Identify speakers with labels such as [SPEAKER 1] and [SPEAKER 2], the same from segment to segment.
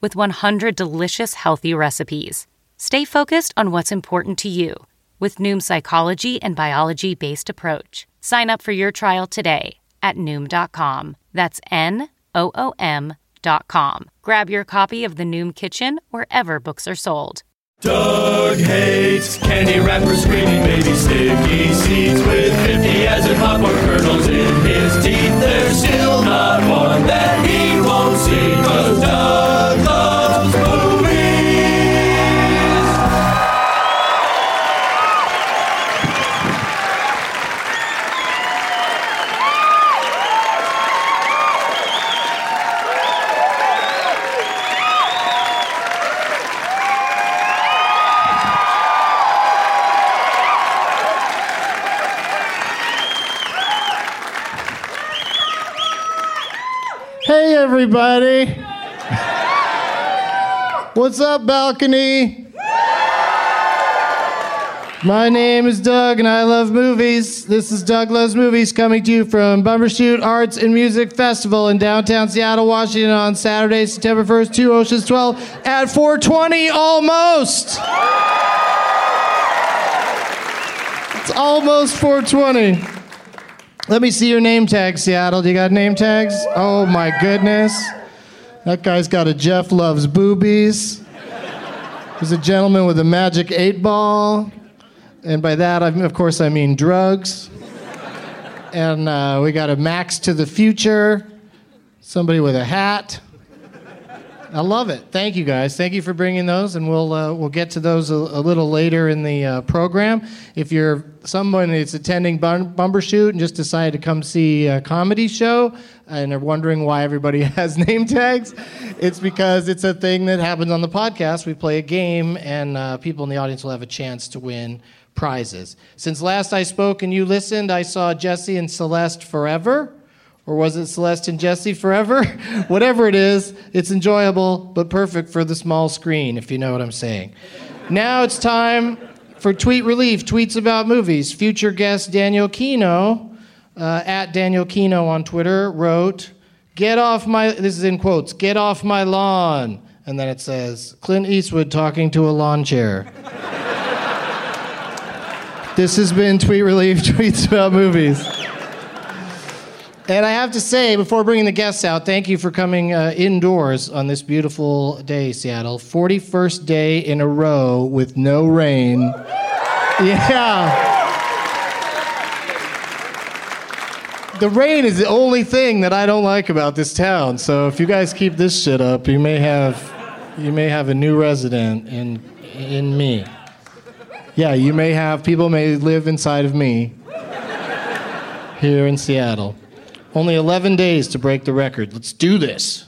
[SPEAKER 1] with 100 delicious, healthy recipes. Stay focused on what's important to you with Noom's psychology and biology based approach. Sign up for your trial today at Noom.com. That's N O O M.com. Grab your copy of the Noom Kitchen wherever books are sold.
[SPEAKER 2] Doug hates candy wrappers, screaming baby sticky seeds with 50 as in popcorn kernels in his teeth. There's still not one that he won't see, cause Doug loves movies.
[SPEAKER 3] Hey, everybody. What's up, balcony? My name is Doug, and I love movies. This is Doug Loves Movies coming to you from Bumbershoot Arts and Music Festival in downtown Seattle, Washington on Saturday, September 1st, 2 Oceans 12 at 420 almost. It's almost 420. Let me see your name tag, Seattle. Do you got name tags? Oh my goodness. That guy's got a Jeff Loves Boobies. There's a gentleman with a magic eight ball. And by that, I mean, of course, I mean drugs. And uh, we got a Max to the Future, somebody with a hat. I love it. Thank you guys. Thank you for bringing those, and we'll uh, we'll get to those a, a little later in the uh, program. If you're someone that's attending Bum- Bumbershoot and just decided to come see a comedy show and are wondering why everybody has name tags, it's because it's a thing that happens on the podcast. We play a game, and uh, people in the audience will have a chance to win prizes. Since last I spoke and you listened, I saw Jesse and Celeste forever or was it Celeste and Jesse forever? Whatever it is, it's enjoyable but perfect for the small screen, if you know what I'm saying.
[SPEAKER 4] Now it's time for tweet relief, tweets about movies. Future guest Daniel Kino, uh, at Daniel Kino on Twitter, wrote, Get off my, this is in quotes, get off my lawn. And then it says, Clint Eastwood talking to a lawn chair. this has been Tweet Relief, tweets about movies. And I have to say, before bringing the guests out, thank you for coming uh, indoors on this beautiful day, Seattle. 41st day in a row with no rain. Yeah. The rain is the only thing that I don't like about this town. So if you guys keep this shit up, you may have you may have a new resident in in me. Yeah, you may have people may live inside of me here in Seattle. Only 11 days to break the record. Let's do this.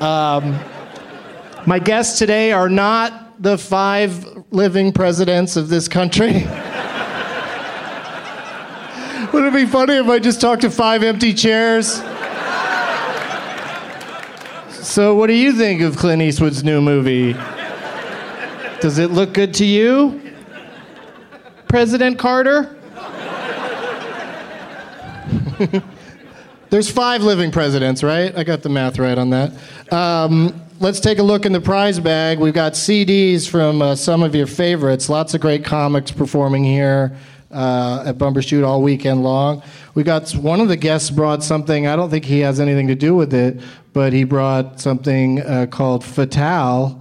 [SPEAKER 4] Um, my guests today are not the five living presidents of this country. Would it be funny if I just talked to five empty chairs? So, what do you think of Clint Eastwood's new movie? Does it look good to you, President Carter? There's five living presidents, right? I got the math right on that. Um, let's take a look in the prize bag. We've got CDs from uh, some of your favorites. Lots of great comics performing here uh, at Bumbershoot all weekend long. We got one of the guests brought something. I don't think he has anything to do with it, but he brought something uh, called Fatale,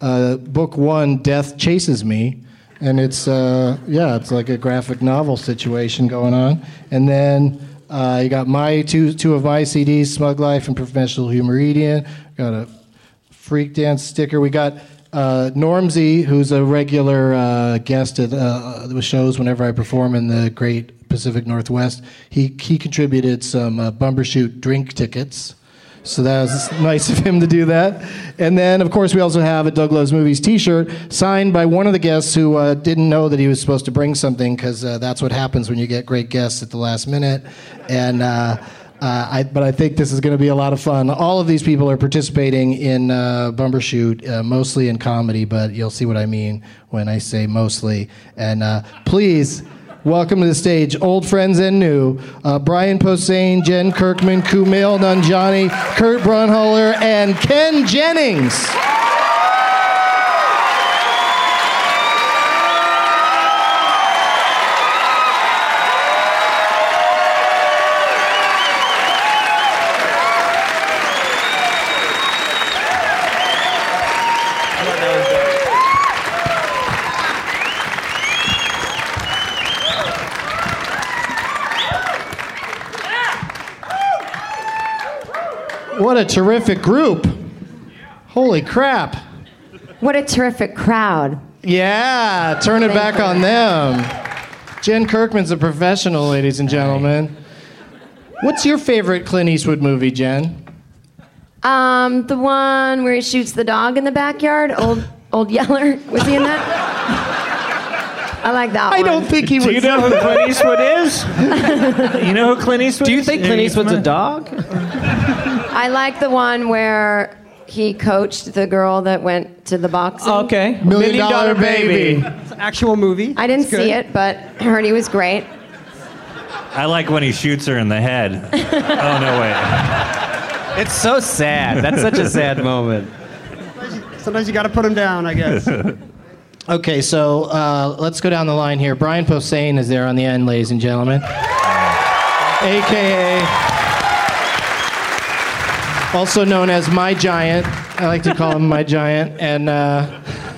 [SPEAKER 4] uh, book one, Death Chases Me and it's uh, yeah, it's like a graphic novel situation going on. And then uh, you got my two two of my CDs, Smug Life and Professional Humoridian. Got a Freak Dance sticker. We got uh, Normsy, who's a regular uh, guest at uh, the shows whenever I perform in the Great Pacific Northwest. He he contributed some uh, Bumbershoot drink tickets. So that was nice of him to do that. And then, of course, we also have a Doug Loves Movies t shirt signed by one of the guests who uh, didn't know that he was supposed to bring something because uh, that's what happens when you get great guests at the last minute. And, uh, uh, I, but I think this is going to be a lot of fun. All of these people are participating in uh, Bumbershoot, uh, mostly in comedy, but you'll see what I mean when I say mostly. And uh, please, Welcome to the stage, old friends and new. Uh, Brian Posehn, Jen Kirkman, Kumail Nanjani, Kurt Brunholler, and Ken Jennings. What a terrific group. Holy crap.
[SPEAKER 5] What a terrific crowd.
[SPEAKER 4] Yeah, turn it back on them. Jen Kirkman's a professional, ladies and gentlemen. What's your favorite Clint Eastwood movie, Jen?
[SPEAKER 5] Um, the one where he shoots the dog in the backyard, old old Yeller. Was he in that? I like that
[SPEAKER 4] I
[SPEAKER 5] one.
[SPEAKER 4] don't think he was.
[SPEAKER 6] Do you know who Clint Eastwood is? you know who Clint Eastwood is?
[SPEAKER 7] Do you think Clint Eastwood's a dog?
[SPEAKER 5] I like the one where he coached the girl that went to the boxing.
[SPEAKER 7] Okay.
[SPEAKER 4] Million Dollar Baby.
[SPEAKER 7] It's an actual movie.
[SPEAKER 5] I didn't
[SPEAKER 7] It's good.
[SPEAKER 5] see it, but I heard he was great.
[SPEAKER 6] I like when he shoots her in the head. oh, no, wait.
[SPEAKER 7] It's so sad. That's such a sad moment.
[SPEAKER 8] Sometimes you got to put them down, I guess.
[SPEAKER 4] Okay, so uh, let's go down the line here. Brian Posehn is there on the end, ladies and gentlemen. AKA, also known as My Giant. I like to call him My Giant. And uh,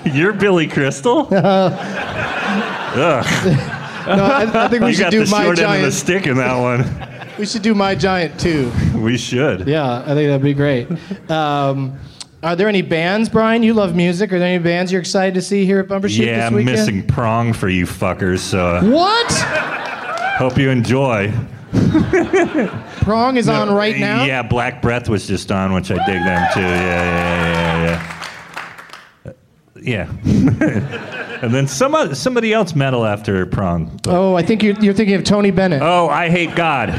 [SPEAKER 6] You're Billy Crystal? Ugh,
[SPEAKER 4] no, I, I think we
[SPEAKER 6] you
[SPEAKER 4] should
[SPEAKER 6] got
[SPEAKER 4] do
[SPEAKER 6] the
[SPEAKER 4] My
[SPEAKER 6] short end of the
[SPEAKER 4] Giant.
[SPEAKER 6] stick in that one.
[SPEAKER 4] we should do My Giant too.
[SPEAKER 6] We should.
[SPEAKER 4] Yeah, I think that'd be great. Um, are there any bands, Brian? You love music. Are there any bands you're excited to see here at Bumbershoot
[SPEAKER 6] Yeah,
[SPEAKER 4] this
[SPEAKER 6] I'm
[SPEAKER 4] weekend?
[SPEAKER 6] missing prong for you fuckers, so uh,
[SPEAKER 4] What?
[SPEAKER 6] hope you enjoy.
[SPEAKER 4] Prong is on right now.
[SPEAKER 6] Yeah, Black Breath was just on, which I dig them too. Yeah, yeah, yeah, yeah, yeah. Yeah. and then some oth- somebody else metal after prong. but-
[SPEAKER 4] Oh, I think you're, you're thinking of Tony Bennett.
[SPEAKER 6] Oh, I hate God.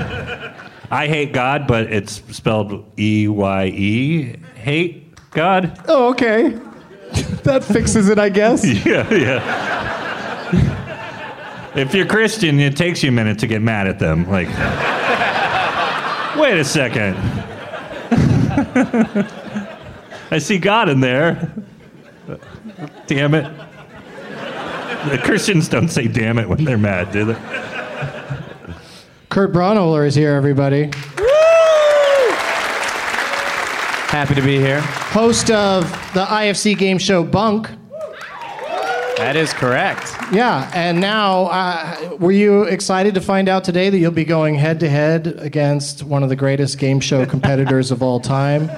[SPEAKER 6] I hate God, but it's spelled E Y E. Hate God.
[SPEAKER 4] Oh, okay. that fixes it, I guess.
[SPEAKER 6] Yeah, yeah. If you're Christian, it takes you a minute to get mad at them. Like, wait a second. I see God in there. Damn it. The Christians don't say damn it when they're mad, do they?
[SPEAKER 4] Kurt Braunohler is here, everybody.
[SPEAKER 7] Happy to be here.
[SPEAKER 4] Host of the IFC game show Bunk.
[SPEAKER 7] That is correct.
[SPEAKER 4] Yeah, and now, uh, were you excited to find out today that you'll be going head to head against one of the greatest game show competitors of all time,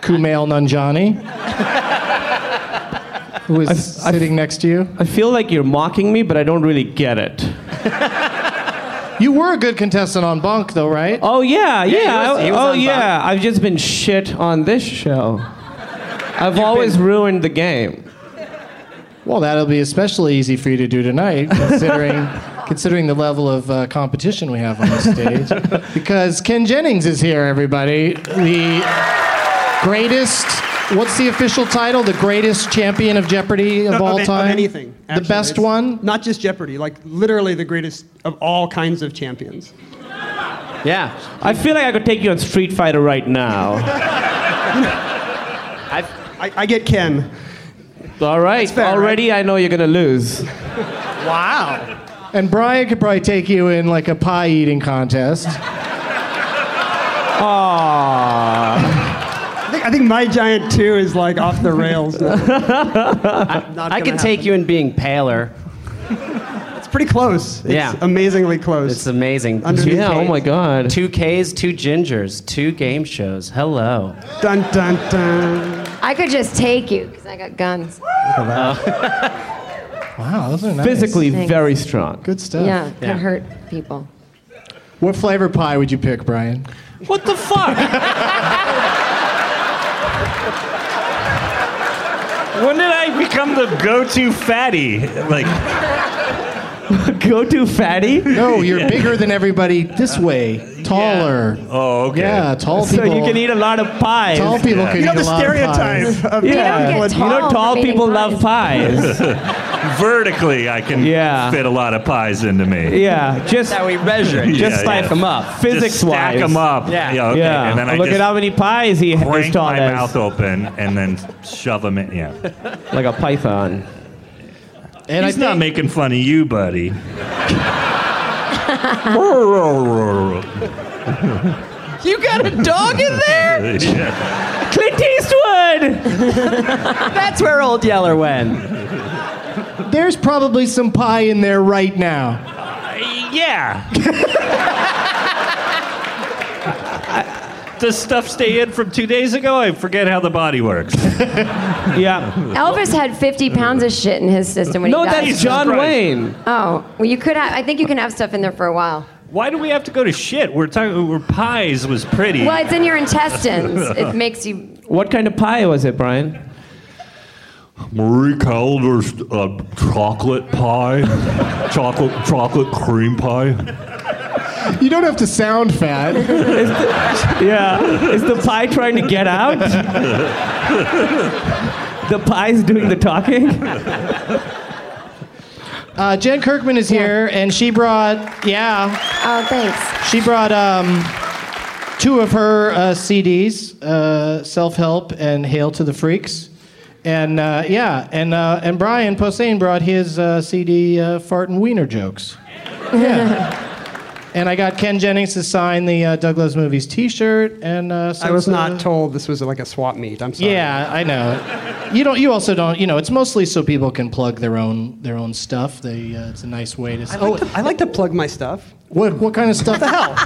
[SPEAKER 4] Kumail Nanjiani, who is sitting next to you?
[SPEAKER 9] I feel like you're mocking me, but I don't really get it.
[SPEAKER 4] You were a good contestant on Bunk, though, right?
[SPEAKER 9] Oh yeah, yeah.
[SPEAKER 7] was-
[SPEAKER 9] I-
[SPEAKER 7] he was
[SPEAKER 9] oh
[SPEAKER 7] on
[SPEAKER 9] yeah. I've just been shit on this show. I've always ruined the game.
[SPEAKER 4] Well, that'll be especially easy for you to do tonight, considering considering the level of uh, competition we have on this stage. because Ken Jennings is here, everybody. The greatest. What's the official title? The greatest champion of Jeopardy of
[SPEAKER 8] Of-
[SPEAKER 4] all
[SPEAKER 8] of,
[SPEAKER 4] time.
[SPEAKER 8] Of anything. actually.
[SPEAKER 4] the best
[SPEAKER 8] It's
[SPEAKER 4] one.
[SPEAKER 8] Not just Jeopardy, like literally the greatest of all kinds of champions.
[SPEAKER 7] Yeah.
[SPEAKER 9] I feel like I could take you on Street Fighter right now.
[SPEAKER 8] I, I get Ken.
[SPEAKER 9] All right.
[SPEAKER 8] fair,
[SPEAKER 9] Already I know you're gonna lose.
[SPEAKER 8] Wow.
[SPEAKER 4] And Brian could probably take you in like a pie eating contest.
[SPEAKER 9] Aww.
[SPEAKER 8] I think, I think My Giant 2 is like off the rails. now. Not
[SPEAKER 7] I
[SPEAKER 8] gonna
[SPEAKER 7] can take
[SPEAKER 8] happen.
[SPEAKER 7] you in being paler.
[SPEAKER 8] It's pretty close. It's
[SPEAKER 7] Yeah.
[SPEAKER 8] amazingly close.
[SPEAKER 7] It's amazing.
[SPEAKER 8] Under
[SPEAKER 7] Two
[SPEAKER 8] the
[SPEAKER 9] Yeah.
[SPEAKER 7] Ks.
[SPEAKER 9] Oh my God.
[SPEAKER 7] Two K's, two gingers, two game shows. Hello.
[SPEAKER 8] dun dun dun.
[SPEAKER 5] I could just take you because I got guns.
[SPEAKER 4] Wow, those are nice.
[SPEAKER 9] Physically
[SPEAKER 5] Thanks.
[SPEAKER 9] very strong.
[SPEAKER 4] Good stuff.
[SPEAKER 5] Yeah, could
[SPEAKER 7] Yeah.
[SPEAKER 5] hurt people.
[SPEAKER 4] What flavor pie would you pick, Brian?
[SPEAKER 9] What the fuck?
[SPEAKER 6] When did I become the go-to fatty? Like,
[SPEAKER 9] Go to fatty.
[SPEAKER 4] No, you're bigger than everybody this way, taller.
[SPEAKER 6] oh, okay.
[SPEAKER 4] Yeah, tall
[SPEAKER 9] So
[SPEAKER 4] people.
[SPEAKER 9] you can eat a lot of pies.
[SPEAKER 4] Tall people
[SPEAKER 6] Yeah.
[SPEAKER 4] can
[SPEAKER 8] You
[SPEAKER 4] eat
[SPEAKER 6] You
[SPEAKER 8] know
[SPEAKER 4] a
[SPEAKER 8] the
[SPEAKER 4] lot of pies.
[SPEAKER 8] stereotype of
[SPEAKER 9] Yeah.
[SPEAKER 5] You don't get
[SPEAKER 9] you know,
[SPEAKER 5] tall
[SPEAKER 9] tall
[SPEAKER 5] for eating
[SPEAKER 9] people love pies.
[SPEAKER 6] Vertically, I can
[SPEAKER 9] Yeah.
[SPEAKER 6] fit a lot of pies into me.
[SPEAKER 9] yeah. Just
[SPEAKER 7] How we measure it.
[SPEAKER 9] Just
[SPEAKER 6] Yeah,
[SPEAKER 9] stack
[SPEAKER 6] yeah.
[SPEAKER 9] them up.
[SPEAKER 6] Just
[SPEAKER 9] Physics
[SPEAKER 6] stack
[SPEAKER 9] wise.
[SPEAKER 6] them up.
[SPEAKER 7] Yeah.
[SPEAKER 6] okay.
[SPEAKER 9] Yeah.
[SPEAKER 6] And then I
[SPEAKER 9] Look
[SPEAKER 6] just
[SPEAKER 9] at how many pies he
[SPEAKER 6] crank
[SPEAKER 9] is tall
[SPEAKER 6] my
[SPEAKER 9] as.
[SPEAKER 6] mouth open and then shove them in. Yeah.
[SPEAKER 9] Like a python.
[SPEAKER 4] And
[SPEAKER 6] He's
[SPEAKER 4] I
[SPEAKER 6] not
[SPEAKER 4] think,
[SPEAKER 6] making fun of you, buddy.
[SPEAKER 9] You got a dog in there?
[SPEAKER 6] Yeah.
[SPEAKER 9] Clint Eastwood! That's where Old Yeller went.
[SPEAKER 4] there's probably some pie in there right now.
[SPEAKER 8] Uh,
[SPEAKER 6] yeah. Does stuff stay in from two days ago? I forget how the body works.
[SPEAKER 9] Yeah.
[SPEAKER 5] Elvis had 50 pounds of shit in his system when
[SPEAKER 9] No,
[SPEAKER 5] he died.
[SPEAKER 9] that's John
[SPEAKER 6] Christ.
[SPEAKER 9] Wayne.
[SPEAKER 5] Oh, well, you could have. I think you can have stuff in there for a while.
[SPEAKER 6] Why do we have to go to shit? We're talking. We're pies was pretty.
[SPEAKER 5] Well, it's in your intestines. It makes you.
[SPEAKER 9] What kind of pie was it, Brian?
[SPEAKER 6] Marie Callender's uh, chocolate pie, chocolate chocolate cream pie.
[SPEAKER 4] You don't have to sound fat.
[SPEAKER 9] Yeah. Is the pie trying to get out? the pie's doing the talking?
[SPEAKER 4] Uh, Jen Kirkman is here, and she brought, yeah,
[SPEAKER 5] Oh, thanks.
[SPEAKER 4] she brought um, two of her uh, CDs, uh, Self Help and Hail to the Freaks. And uh, yeah, and, uh, and Brian Posehn brought his uh, CD, uh, Fart and Wiener Jokes. Yeah. and I got Ken Jennings to sign the uh, Douglas Movies t shirt. And uh,
[SPEAKER 8] I was
[SPEAKER 4] since,
[SPEAKER 8] not
[SPEAKER 4] uh,
[SPEAKER 8] told this was like a swap meet. I'm sorry.
[SPEAKER 4] Yeah, I know. You don't. You also don't. You know, it's mostly so people can plug their own their own stuff. They. Uh, it's a nice way to.
[SPEAKER 8] I like, to, Oh, I like to plug my stuff.
[SPEAKER 4] what what kind of stuff? What
[SPEAKER 8] hell?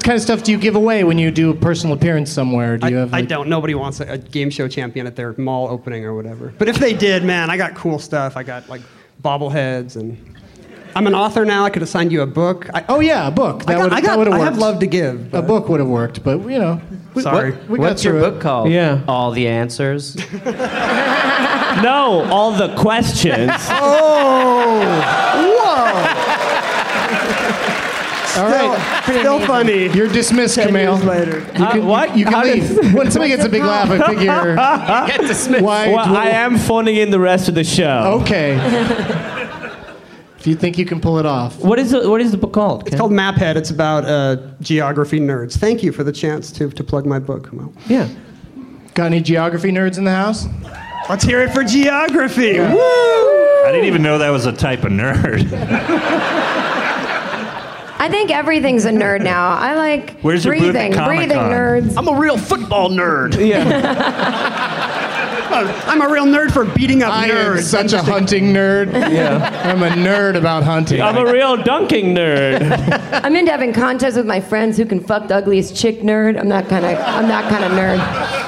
[SPEAKER 4] kind of stuff do you give away when you do a personal appearance somewhere? Do
[SPEAKER 8] I,
[SPEAKER 4] you have?
[SPEAKER 8] I
[SPEAKER 4] like-
[SPEAKER 8] don't. Nobody wants a, a game show champion at their mall opening or whatever. But if they did, man, I got cool stuff. I got like bobbleheads and I'm an author now. I could assign you a book. I,
[SPEAKER 4] Oh yeah, a book.
[SPEAKER 8] I
[SPEAKER 4] That
[SPEAKER 8] got-
[SPEAKER 4] would
[SPEAKER 8] I got-
[SPEAKER 4] that would have
[SPEAKER 8] I
[SPEAKER 4] worked.
[SPEAKER 8] have love to give.
[SPEAKER 4] a
[SPEAKER 8] but-
[SPEAKER 4] book would have worked, but you know. we-
[SPEAKER 8] Sorry.
[SPEAKER 4] we got
[SPEAKER 7] What's your
[SPEAKER 4] through
[SPEAKER 7] book
[SPEAKER 4] it.
[SPEAKER 7] called?
[SPEAKER 9] Yeah.
[SPEAKER 7] All the answers.
[SPEAKER 9] No, all the
[SPEAKER 6] Oh,
[SPEAKER 9] questions.
[SPEAKER 8] Oh, whoa!
[SPEAKER 4] All right.
[SPEAKER 8] Still, still funny.
[SPEAKER 4] You're dismissed,
[SPEAKER 8] Ten
[SPEAKER 4] Camille.
[SPEAKER 8] years later.
[SPEAKER 4] You can,
[SPEAKER 9] what?
[SPEAKER 4] You can
[SPEAKER 9] How
[SPEAKER 4] leave.
[SPEAKER 9] did-
[SPEAKER 4] when somebody gets a big laugh, I figure.
[SPEAKER 7] Get dismissed.
[SPEAKER 4] Why?
[SPEAKER 9] Well, I am phoning in the rest of the show.
[SPEAKER 4] Okay. if you think you can pull it off.
[SPEAKER 9] What is the, what is the book called?
[SPEAKER 8] It's called Maphead. It's about uh, geography nerds. Thank you for the chance to, to plug my book, Kamal.
[SPEAKER 9] Yeah.
[SPEAKER 4] Got any geography nerds in the house?
[SPEAKER 8] Let's hear it for geography. Woo!
[SPEAKER 6] I didn't even know that was a type of nerd.
[SPEAKER 5] I think everything's a nerd now. I like
[SPEAKER 6] Where's your booth at
[SPEAKER 5] breathing,
[SPEAKER 6] Comic-Con?
[SPEAKER 5] breathing nerds.
[SPEAKER 8] I'm a real football nerd.
[SPEAKER 9] Yeah.
[SPEAKER 8] I'm a real nerd for beating up
[SPEAKER 4] I
[SPEAKER 8] nerds.
[SPEAKER 4] am such a hunting nerd.
[SPEAKER 9] yeah.
[SPEAKER 4] I'm a nerd about hunting.
[SPEAKER 9] I'm a real dunking nerd.
[SPEAKER 5] I'm into having contests with my friends who can fuck the ugliest chick nerd. I'm that kind of I'm that kind of nerd.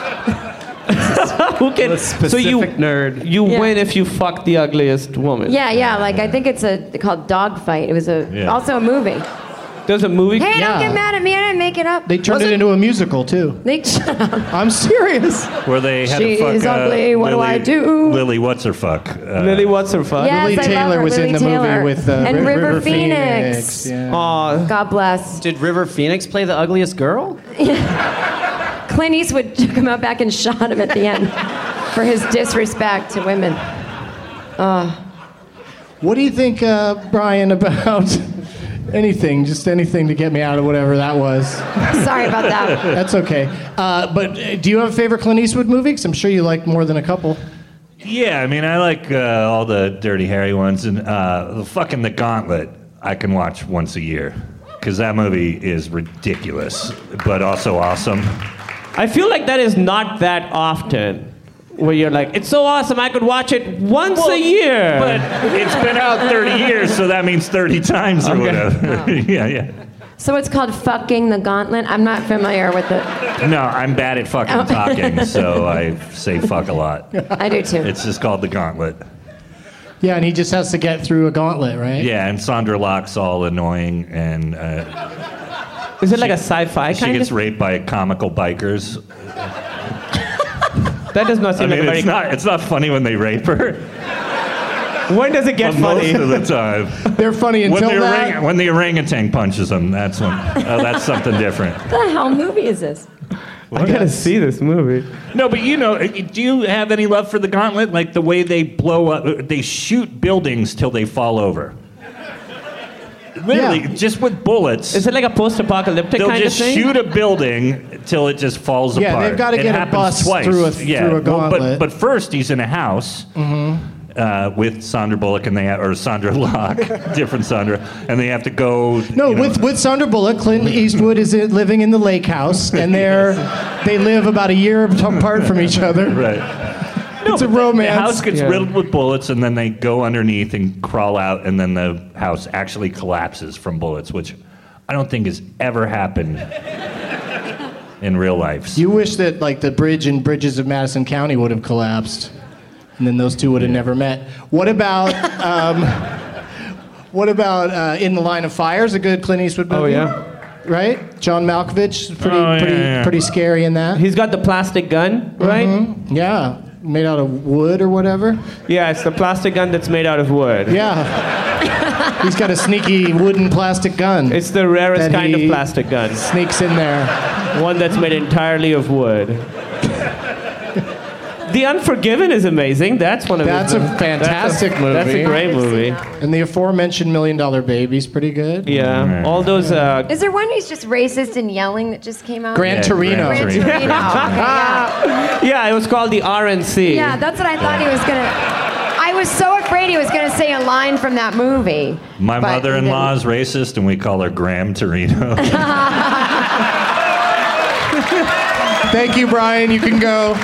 [SPEAKER 9] Who can?
[SPEAKER 7] A
[SPEAKER 9] so you
[SPEAKER 7] specific nerd.
[SPEAKER 9] You
[SPEAKER 5] Yeah.
[SPEAKER 9] win if you fuck the ugliest woman.
[SPEAKER 5] Yeah, yeah. Like I think it's a called Dogfight. It was a
[SPEAKER 6] Yeah.
[SPEAKER 5] also a movie. Hey,
[SPEAKER 9] There's a movie.
[SPEAKER 5] don't
[SPEAKER 4] Yeah.
[SPEAKER 5] get mad at me. I didn't make it up.
[SPEAKER 4] They turned it, into a musical too.
[SPEAKER 5] They, shut up.
[SPEAKER 4] I'm serious.
[SPEAKER 6] Where they had
[SPEAKER 5] She's
[SPEAKER 6] to fuck. uh,
[SPEAKER 5] ugly, what do
[SPEAKER 6] Lily-
[SPEAKER 5] I do?
[SPEAKER 6] Lily, what's her fuck? Uh,
[SPEAKER 9] Lily, what's her fuck?
[SPEAKER 5] Yes, I love
[SPEAKER 4] Taylor
[SPEAKER 5] her.
[SPEAKER 4] was
[SPEAKER 5] Lily
[SPEAKER 4] in the
[SPEAKER 5] Taylor.
[SPEAKER 4] movie with uh,
[SPEAKER 5] and
[SPEAKER 4] Ri-
[SPEAKER 5] River, Phoenix.
[SPEAKER 4] Phoenix. Yeah.
[SPEAKER 9] Aw.
[SPEAKER 5] God bless.
[SPEAKER 7] Did River Phoenix play the ugliest girl?
[SPEAKER 5] Clint Eastwood took him out back and shot him at the end for his disrespect to women.
[SPEAKER 4] What do you think, uh, Brian, about anything? Just anything to get me out of whatever that was.
[SPEAKER 5] Sorry about that.
[SPEAKER 4] That's okay. Uh, but uh, do you have a favorite Clint Eastwood movie? Because I'm sure you like more than a couple.
[SPEAKER 6] Yeah, I mean, I like uh, all the Dirty Harry ones, and uh, the fucking The Gauntlet. I can watch once a year because that movie is ridiculous, but also awesome.
[SPEAKER 9] I feel like that is not that often. Where you're like, it's so awesome, I could watch it once a year.
[SPEAKER 6] But it's been out 30 years, so that means 30 times or
[SPEAKER 9] Oh.
[SPEAKER 6] whatever. yeah, yeah.
[SPEAKER 5] So it's called fucking the gauntlet. I'm not familiar with it.
[SPEAKER 6] No, I'm bad at fucking
[SPEAKER 9] Oh.
[SPEAKER 6] talking, so I say fuck a lot.
[SPEAKER 5] I do too.
[SPEAKER 6] It's just called The Gauntlet.
[SPEAKER 4] Yeah, and he just has to get through a gauntlet, right?
[SPEAKER 6] Yeah, and Sandra Locke's all annoying, and uh,
[SPEAKER 9] is it like a sci-fi
[SPEAKER 6] she
[SPEAKER 9] kind
[SPEAKER 6] gets
[SPEAKER 9] of?
[SPEAKER 6] raped by comical bikers.
[SPEAKER 9] That does not
[SPEAKER 6] I
[SPEAKER 9] seem
[SPEAKER 6] mean,
[SPEAKER 9] like a
[SPEAKER 6] it's
[SPEAKER 9] very.
[SPEAKER 6] not, it's not funny when they rape her.
[SPEAKER 9] When does it get
[SPEAKER 6] Most
[SPEAKER 9] funny?
[SPEAKER 6] of the time.
[SPEAKER 4] They're funny
[SPEAKER 6] When
[SPEAKER 4] until
[SPEAKER 6] the,
[SPEAKER 4] that.
[SPEAKER 6] orang- when the orangutan punches him, that's when. Oh, that's something different.
[SPEAKER 5] What the hell movie is this?
[SPEAKER 9] I gotta see this movie.
[SPEAKER 6] No, but you know, uh, do you have any love for the gauntlet? Like the way they blow up, uh, they shoot buildings till they fall over. Literally,
[SPEAKER 4] Yeah.
[SPEAKER 6] just with bullets.
[SPEAKER 9] Is it like a post-apocalyptic
[SPEAKER 6] They'll
[SPEAKER 9] kind
[SPEAKER 6] just
[SPEAKER 9] of thing?
[SPEAKER 6] shoot a building till it just falls
[SPEAKER 4] Yeah,
[SPEAKER 6] apart.
[SPEAKER 4] they've gotta
[SPEAKER 6] It
[SPEAKER 4] get a
[SPEAKER 6] happens
[SPEAKER 4] bus
[SPEAKER 6] twice.
[SPEAKER 4] through a-
[SPEAKER 6] yeah.
[SPEAKER 4] through a
[SPEAKER 6] well,
[SPEAKER 4] gauntlet. Mm-hmm.
[SPEAKER 6] but, but first, he's in a house uh, with Sandra Bullock and they ha- or Sandra Locke, different Sandra, and they have to go.
[SPEAKER 4] No,
[SPEAKER 6] you know-
[SPEAKER 4] with, with Sandra Bullock, Clint Eastwood is in- living in the lake house, and they're they live about a year apart from each other.
[SPEAKER 6] right.
[SPEAKER 4] It's a
[SPEAKER 6] but the-
[SPEAKER 4] romance.
[SPEAKER 6] The house gets
[SPEAKER 9] Yeah.
[SPEAKER 6] riddled with bullets, and then they go underneath and crawl out, and then the house actually collapses from bullets, which I don't think has ever happened in real life.
[SPEAKER 4] You wish that like the bridge and bridges of Madison County would have collapsed, and then those two would have never met. What about um, what about uh, In the Line of Fire? Is a good Clint Eastwood movie.
[SPEAKER 9] Oh yeah.
[SPEAKER 4] Right, John Malkovich, is pretty
[SPEAKER 6] Oh, yeah,
[SPEAKER 4] pretty
[SPEAKER 6] yeah.
[SPEAKER 4] pretty scary in that.
[SPEAKER 9] He's got the plastic gun, right?
[SPEAKER 6] Mm-hmm.
[SPEAKER 4] Yeah, made out of wood or whatever.
[SPEAKER 9] Yeah, it's the plastic gun that's made out of wood.
[SPEAKER 4] Yeah, he's got a sneaky wooden plastic gun.
[SPEAKER 9] It's the rarest
[SPEAKER 4] That
[SPEAKER 9] kind
[SPEAKER 4] he-
[SPEAKER 9] of plastic gun.
[SPEAKER 4] sneaks in there.
[SPEAKER 9] One that's made entirely of wood. The Unforgiven is amazing. That's one of his
[SPEAKER 4] That's a
[SPEAKER 9] movies.
[SPEAKER 4] fantastic
[SPEAKER 9] that's a, That's a
[SPEAKER 4] movie.
[SPEAKER 9] great movie.
[SPEAKER 4] And the aforementioned Million Dollar Baby's pretty good.
[SPEAKER 9] Yeah,
[SPEAKER 6] Right.
[SPEAKER 9] all those. Uh,
[SPEAKER 5] Is there one who's just racist and yelling that just came out?
[SPEAKER 4] Gran
[SPEAKER 6] Yeah,
[SPEAKER 4] Torino.
[SPEAKER 6] Gran
[SPEAKER 5] Gran
[SPEAKER 6] Torino.
[SPEAKER 5] Torino. Okay, yeah.
[SPEAKER 9] yeah, it was called the RNC.
[SPEAKER 5] yeah, that's what I thought he was gonna. I was so afraid he was gonna say a line from that movie.
[SPEAKER 6] My
[SPEAKER 5] but he
[SPEAKER 6] mother in law
[SPEAKER 5] didn't.
[SPEAKER 6] is racist, and we call her Graham Torino.
[SPEAKER 4] Thank you, Brian. You can go.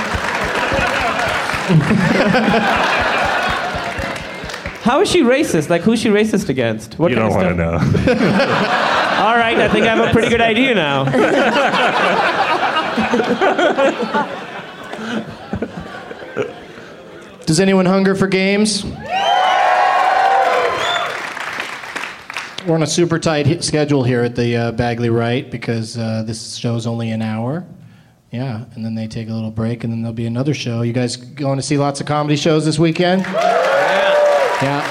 [SPEAKER 9] How is she racist? Like, who's she racist against? What
[SPEAKER 6] you
[SPEAKER 9] kind
[SPEAKER 6] don't want to
[SPEAKER 9] of stuff?
[SPEAKER 6] know.
[SPEAKER 9] All right, I think I have a pretty good idea now.
[SPEAKER 4] Does anyone hunger for games? We're on a super tight hit schedule here at the uh, Bagley Wright because uh, this show's only an hour. Yeah, and then they take a little break, and then there'll be another show. You guys going to see lots of comedy shows this weekend? Yeah.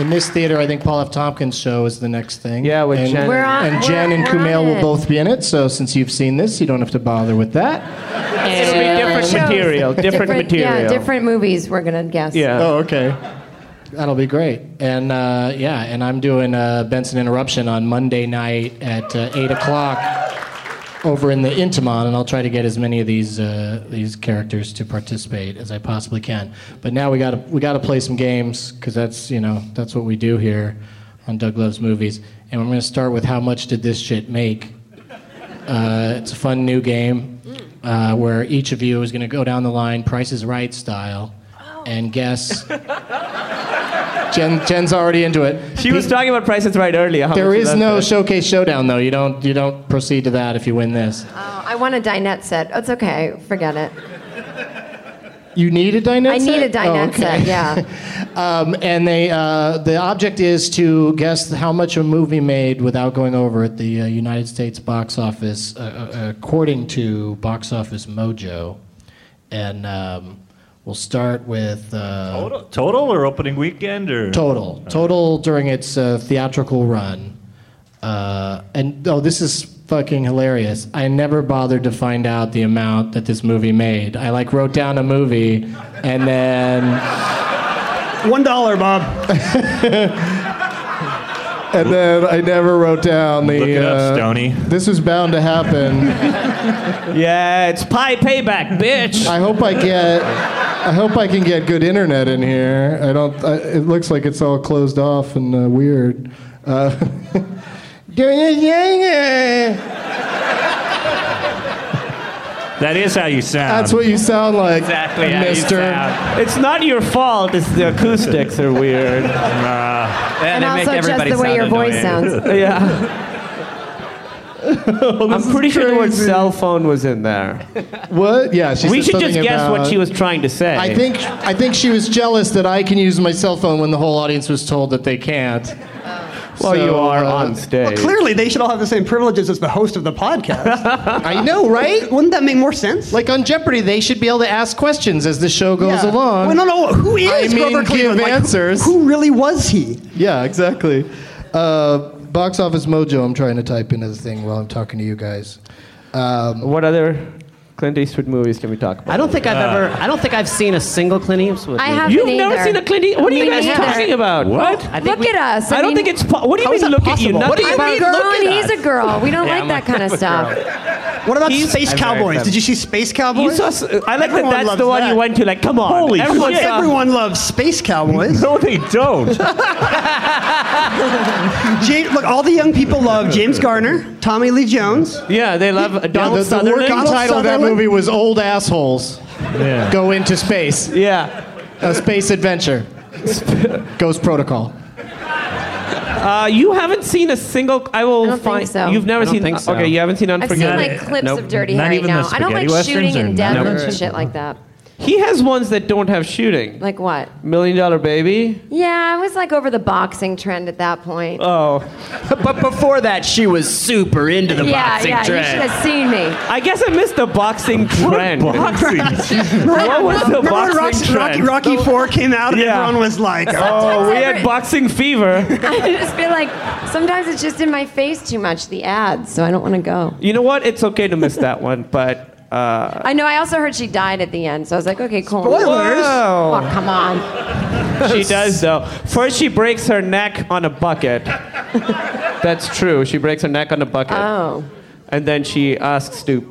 [SPEAKER 4] in this theater, I think Paul F. Tompkins' show is the next thing. Yeah,
[SPEAKER 9] with
[SPEAKER 4] and,
[SPEAKER 9] Jen. We're
[SPEAKER 5] on-
[SPEAKER 4] and
[SPEAKER 5] we're-
[SPEAKER 4] Jen and
[SPEAKER 5] we're
[SPEAKER 4] Kumail
[SPEAKER 5] on
[SPEAKER 4] will
[SPEAKER 5] it.
[SPEAKER 4] both be in it. So since you've seen this, you don't have to bother with that.
[SPEAKER 9] It'll be different
[SPEAKER 5] shows.
[SPEAKER 9] material. Different, material.
[SPEAKER 5] Yeah, different movies we're going to guess.
[SPEAKER 9] Yeah.
[SPEAKER 4] Oh, okay. That'll be great. And uh, yeah, and I'm doing uh, Benson Interruption on Monday night at uh, 8 o'clock over in the Intimon, and I'll try to get as many of these uh, these characters to participate as I possibly can. But now we gotta we gotta play some games because that's you know that's what we do here on Doug Loves Movies. And I'm gonna start with how much did this shit make? Uh, it's a fun new game
[SPEAKER 5] Mm.
[SPEAKER 4] uh, where each of you is gonna go down the line, Price is Right style,
[SPEAKER 5] Oh.
[SPEAKER 4] and guess. Jen, Jen's already into it.
[SPEAKER 9] She was talking about prices right earlier. how
[SPEAKER 4] There
[SPEAKER 9] much
[SPEAKER 4] is
[SPEAKER 9] that
[SPEAKER 4] no
[SPEAKER 9] was.
[SPEAKER 4] showcase showdown though. You don't you don't proceed to that if you win this.
[SPEAKER 5] Oh, I want a dinette set. Oh, it's okay. Forget it.
[SPEAKER 4] You need a dinette
[SPEAKER 5] I
[SPEAKER 4] set?
[SPEAKER 5] need a dinette
[SPEAKER 4] Oh, okay.
[SPEAKER 5] set. Yeah.
[SPEAKER 4] Um, and they, uh, the object is to guess how much a movie made without going over at the uh, United States box office, uh, uh, according to Box Office Mojo. And um, we'll start with uh,
[SPEAKER 6] Total, total or opening weekend or
[SPEAKER 4] total. Total during its uh, theatrical run. Uh, and oh, this is fucking hilarious. I never bothered to find out the amount that this movie made. I like wrote down a movie and then.
[SPEAKER 8] One dollar, Bob.
[SPEAKER 4] And then I never wrote down the.
[SPEAKER 6] Look it up,
[SPEAKER 4] uh,
[SPEAKER 6] Stoney.
[SPEAKER 4] This is bound to happen.
[SPEAKER 9] Yeah, it's pie payback, bitch.
[SPEAKER 4] I hope I get. I hope I can get good internet in here. I don't. I, it looks like it's all closed off and uh, weird. Uh, That's
[SPEAKER 6] That is how you sound.
[SPEAKER 4] what you sound like,
[SPEAKER 9] exactly. how you
[SPEAKER 4] Mister.
[SPEAKER 9] sound. Uh, It's not your fault. It's the acoustics are
[SPEAKER 7] Uh,
[SPEAKER 9] weird.
[SPEAKER 6] Nah.
[SPEAKER 5] And, also just the way your voice sounds.
[SPEAKER 9] Yeah. I'm pretty sure the word
[SPEAKER 4] crazy.
[SPEAKER 9] cell phone was in there.
[SPEAKER 4] What? Yeah, she
[SPEAKER 9] we
[SPEAKER 4] said
[SPEAKER 9] should just
[SPEAKER 4] something
[SPEAKER 9] guess what
[SPEAKER 4] about-
[SPEAKER 9] she was trying to say.
[SPEAKER 4] I think I think she was jealous that I can use my cell phone when the whole audience was told that they can't.
[SPEAKER 9] Well, you
[SPEAKER 4] So,
[SPEAKER 9] are
[SPEAKER 4] uh,
[SPEAKER 9] on
[SPEAKER 8] Well,
[SPEAKER 9] stage.
[SPEAKER 8] clearly, they should all have the same privileges as the host of the podcast.
[SPEAKER 4] I know, right?
[SPEAKER 8] Wouldn't that make more sense?
[SPEAKER 4] Like on Jeopardy, they should be able to ask questions as the show goes
[SPEAKER 8] Yeah.
[SPEAKER 4] along.
[SPEAKER 8] Well, no, no. Who is
[SPEAKER 4] I mean,
[SPEAKER 8] Grover Cleveland?
[SPEAKER 4] give
[SPEAKER 8] Like, who-
[SPEAKER 4] answers.
[SPEAKER 8] who really was he?
[SPEAKER 4] Yeah, exactly. Uh, box office mojo. I'm trying to type into the thing while I'm talking to you guys. Um,
[SPEAKER 9] What other Clint Eastwood movies can we talk about?
[SPEAKER 7] I don't think I've ever. I don't think I've seen a single Clint Eastwood.
[SPEAKER 5] I
[SPEAKER 7] movie.
[SPEAKER 5] haven't
[SPEAKER 9] You've never
[SPEAKER 5] either.
[SPEAKER 9] seen a Clint Eastwood? What are you
[SPEAKER 5] Me
[SPEAKER 9] guys
[SPEAKER 5] neither.
[SPEAKER 9] talking about?
[SPEAKER 6] What?
[SPEAKER 7] I think
[SPEAKER 5] Look
[SPEAKER 7] we-
[SPEAKER 5] at us.
[SPEAKER 9] I, don't
[SPEAKER 5] mean,
[SPEAKER 9] think it's. Po- what do you
[SPEAKER 8] How is
[SPEAKER 9] mean?
[SPEAKER 8] that
[SPEAKER 9] Look at you.
[SPEAKER 8] possible? What do
[SPEAKER 9] Nothing
[SPEAKER 5] I'm a
[SPEAKER 9] about
[SPEAKER 5] girl
[SPEAKER 9] look
[SPEAKER 5] and
[SPEAKER 9] at
[SPEAKER 5] he's
[SPEAKER 9] us.
[SPEAKER 5] a girl. We don't
[SPEAKER 7] Yeah,
[SPEAKER 5] like
[SPEAKER 7] I'm
[SPEAKER 5] that
[SPEAKER 7] a-
[SPEAKER 5] kind of
[SPEAKER 7] I'm a
[SPEAKER 5] stuff.
[SPEAKER 7] girl.
[SPEAKER 8] What about
[SPEAKER 9] He's-
[SPEAKER 8] Space
[SPEAKER 7] I'm very
[SPEAKER 8] Cowboys?
[SPEAKER 7] fem-
[SPEAKER 8] Did you see Space
[SPEAKER 9] You
[SPEAKER 8] Cowboys?
[SPEAKER 9] saw, s- I like
[SPEAKER 8] Everyone
[SPEAKER 9] that that's
[SPEAKER 8] loves
[SPEAKER 9] the one you went to. Like, come on.
[SPEAKER 6] Holy
[SPEAKER 9] everyone
[SPEAKER 6] shit.
[SPEAKER 9] saw-
[SPEAKER 8] Everyone loves Space Cowboys.
[SPEAKER 6] No, they don't.
[SPEAKER 8] James, look, all the young people love James Garner, Tommy Lee Jones.
[SPEAKER 9] Yeah, they love uh, Donald
[SPEAKER 4] the, the
[SPEAKER 9] Sutherland.
[SPEAKER 4] working
[SPEAKER 8] Donald
[SPEAKER 4] title of that
[SPEAKER 8] Sutherland?
[SPEAKER 4] movie was "Old Assholes
[SPEAKER 6] Yeah.
[SPEAKER 4] Go Into Space:
[SPEAKER 9] Yeah.
[SPEAKER 4] A Space Adventure." Ghost Protocol.
[SPEAKER 9] Uh, you haven't seen a single. I will
[SPEAKER 5] I don't think
[SPEAKER 9] find.
[SPEAKER 5] so.
[SPEAKER 9] You've never
[SPEAKER 7] I don't
[SPEAKER 9] seen.
[SPEAKER 7] think so.
[SPEAKER 9] Okay, you haven't seen
[SPEAKER 5] I've seen
[SPEAKER 9] Unforgiven.
[SPEAKER 5] like clips
[SPEAKER 6] Nope.
[SPEAKER 5] of Dirty
[SPEAKER 6] Not
[SPEAKER 5] Harry
[SPEAKER 6] even the
[SPEAKER 5] now. I don't
[SPEAKER 6] spaghetti
[SPEAKER 5] like
[SPEAKER 6] westerns
[SPEAKER 5] shooting
[SPEAKER 6] or
[SPEAKER 5] in death
[SPEAKER 6] nothing?
[SPEAKER 5] and shit like that.
[SPEAKER 9] he has ones that don't have shooting.
[SPEAKER 5] Like what?
[SPEAKER 9] Million Dollar Baby.
[SPEAKER 5] Yeah, I was like over the boxing trend at that point.
[SPEAKER 9] Oh,
[SPEAKER 7] But before that, she was super into the
[SPEAKER 5] yeah,
[SPEAKER 7] boxing
[SPEAKER 5] yeah, you should
[SPEAKER 7] trend.
[SPEAKER 5] have seen me.
[SPEAKER 9] I guess I missed the boxing trend.
[SPEAKER 6] Boxing.
[SPEAKER 9] What was
[SPEAKER 8] Remember
[SPEAKER 9] the
[SPEAKER 8] when
[SPEAKER 9] boxing
[SPEAKER 8] Rocky, Rocky,
[SPEAKER 9] trend?
[SPEAKER 8] Rocky Four came out and
[SPEAKER 9] Yeah.
[SPEAKER 8] everyone was like,
[SPEAKER 9] Oh, we
[SPEAKER 5] Sometimes I-
[SPEAKER 9] had boxing fever.
[SPEAKER 5] I just feel like sometimes it's just in my face too much, the ads, so I don't want to go.
[SPEAKER 9] You know what? It's okay to miss that one, but. Uh,
[SPEAKER 5] I know, I also heard she died at the end, so I was like, okay, cool.
[SPEAKER 9] Whoa.
[SPEAKER 5] Oh, come on.
[SPEAKER 9] She does though. First, she breaks her neck on a bucket. That's true. She breaks her neck on a bucket,
[SPEAKER 5] Oh.
[SPEAKER 9] and then she asks to.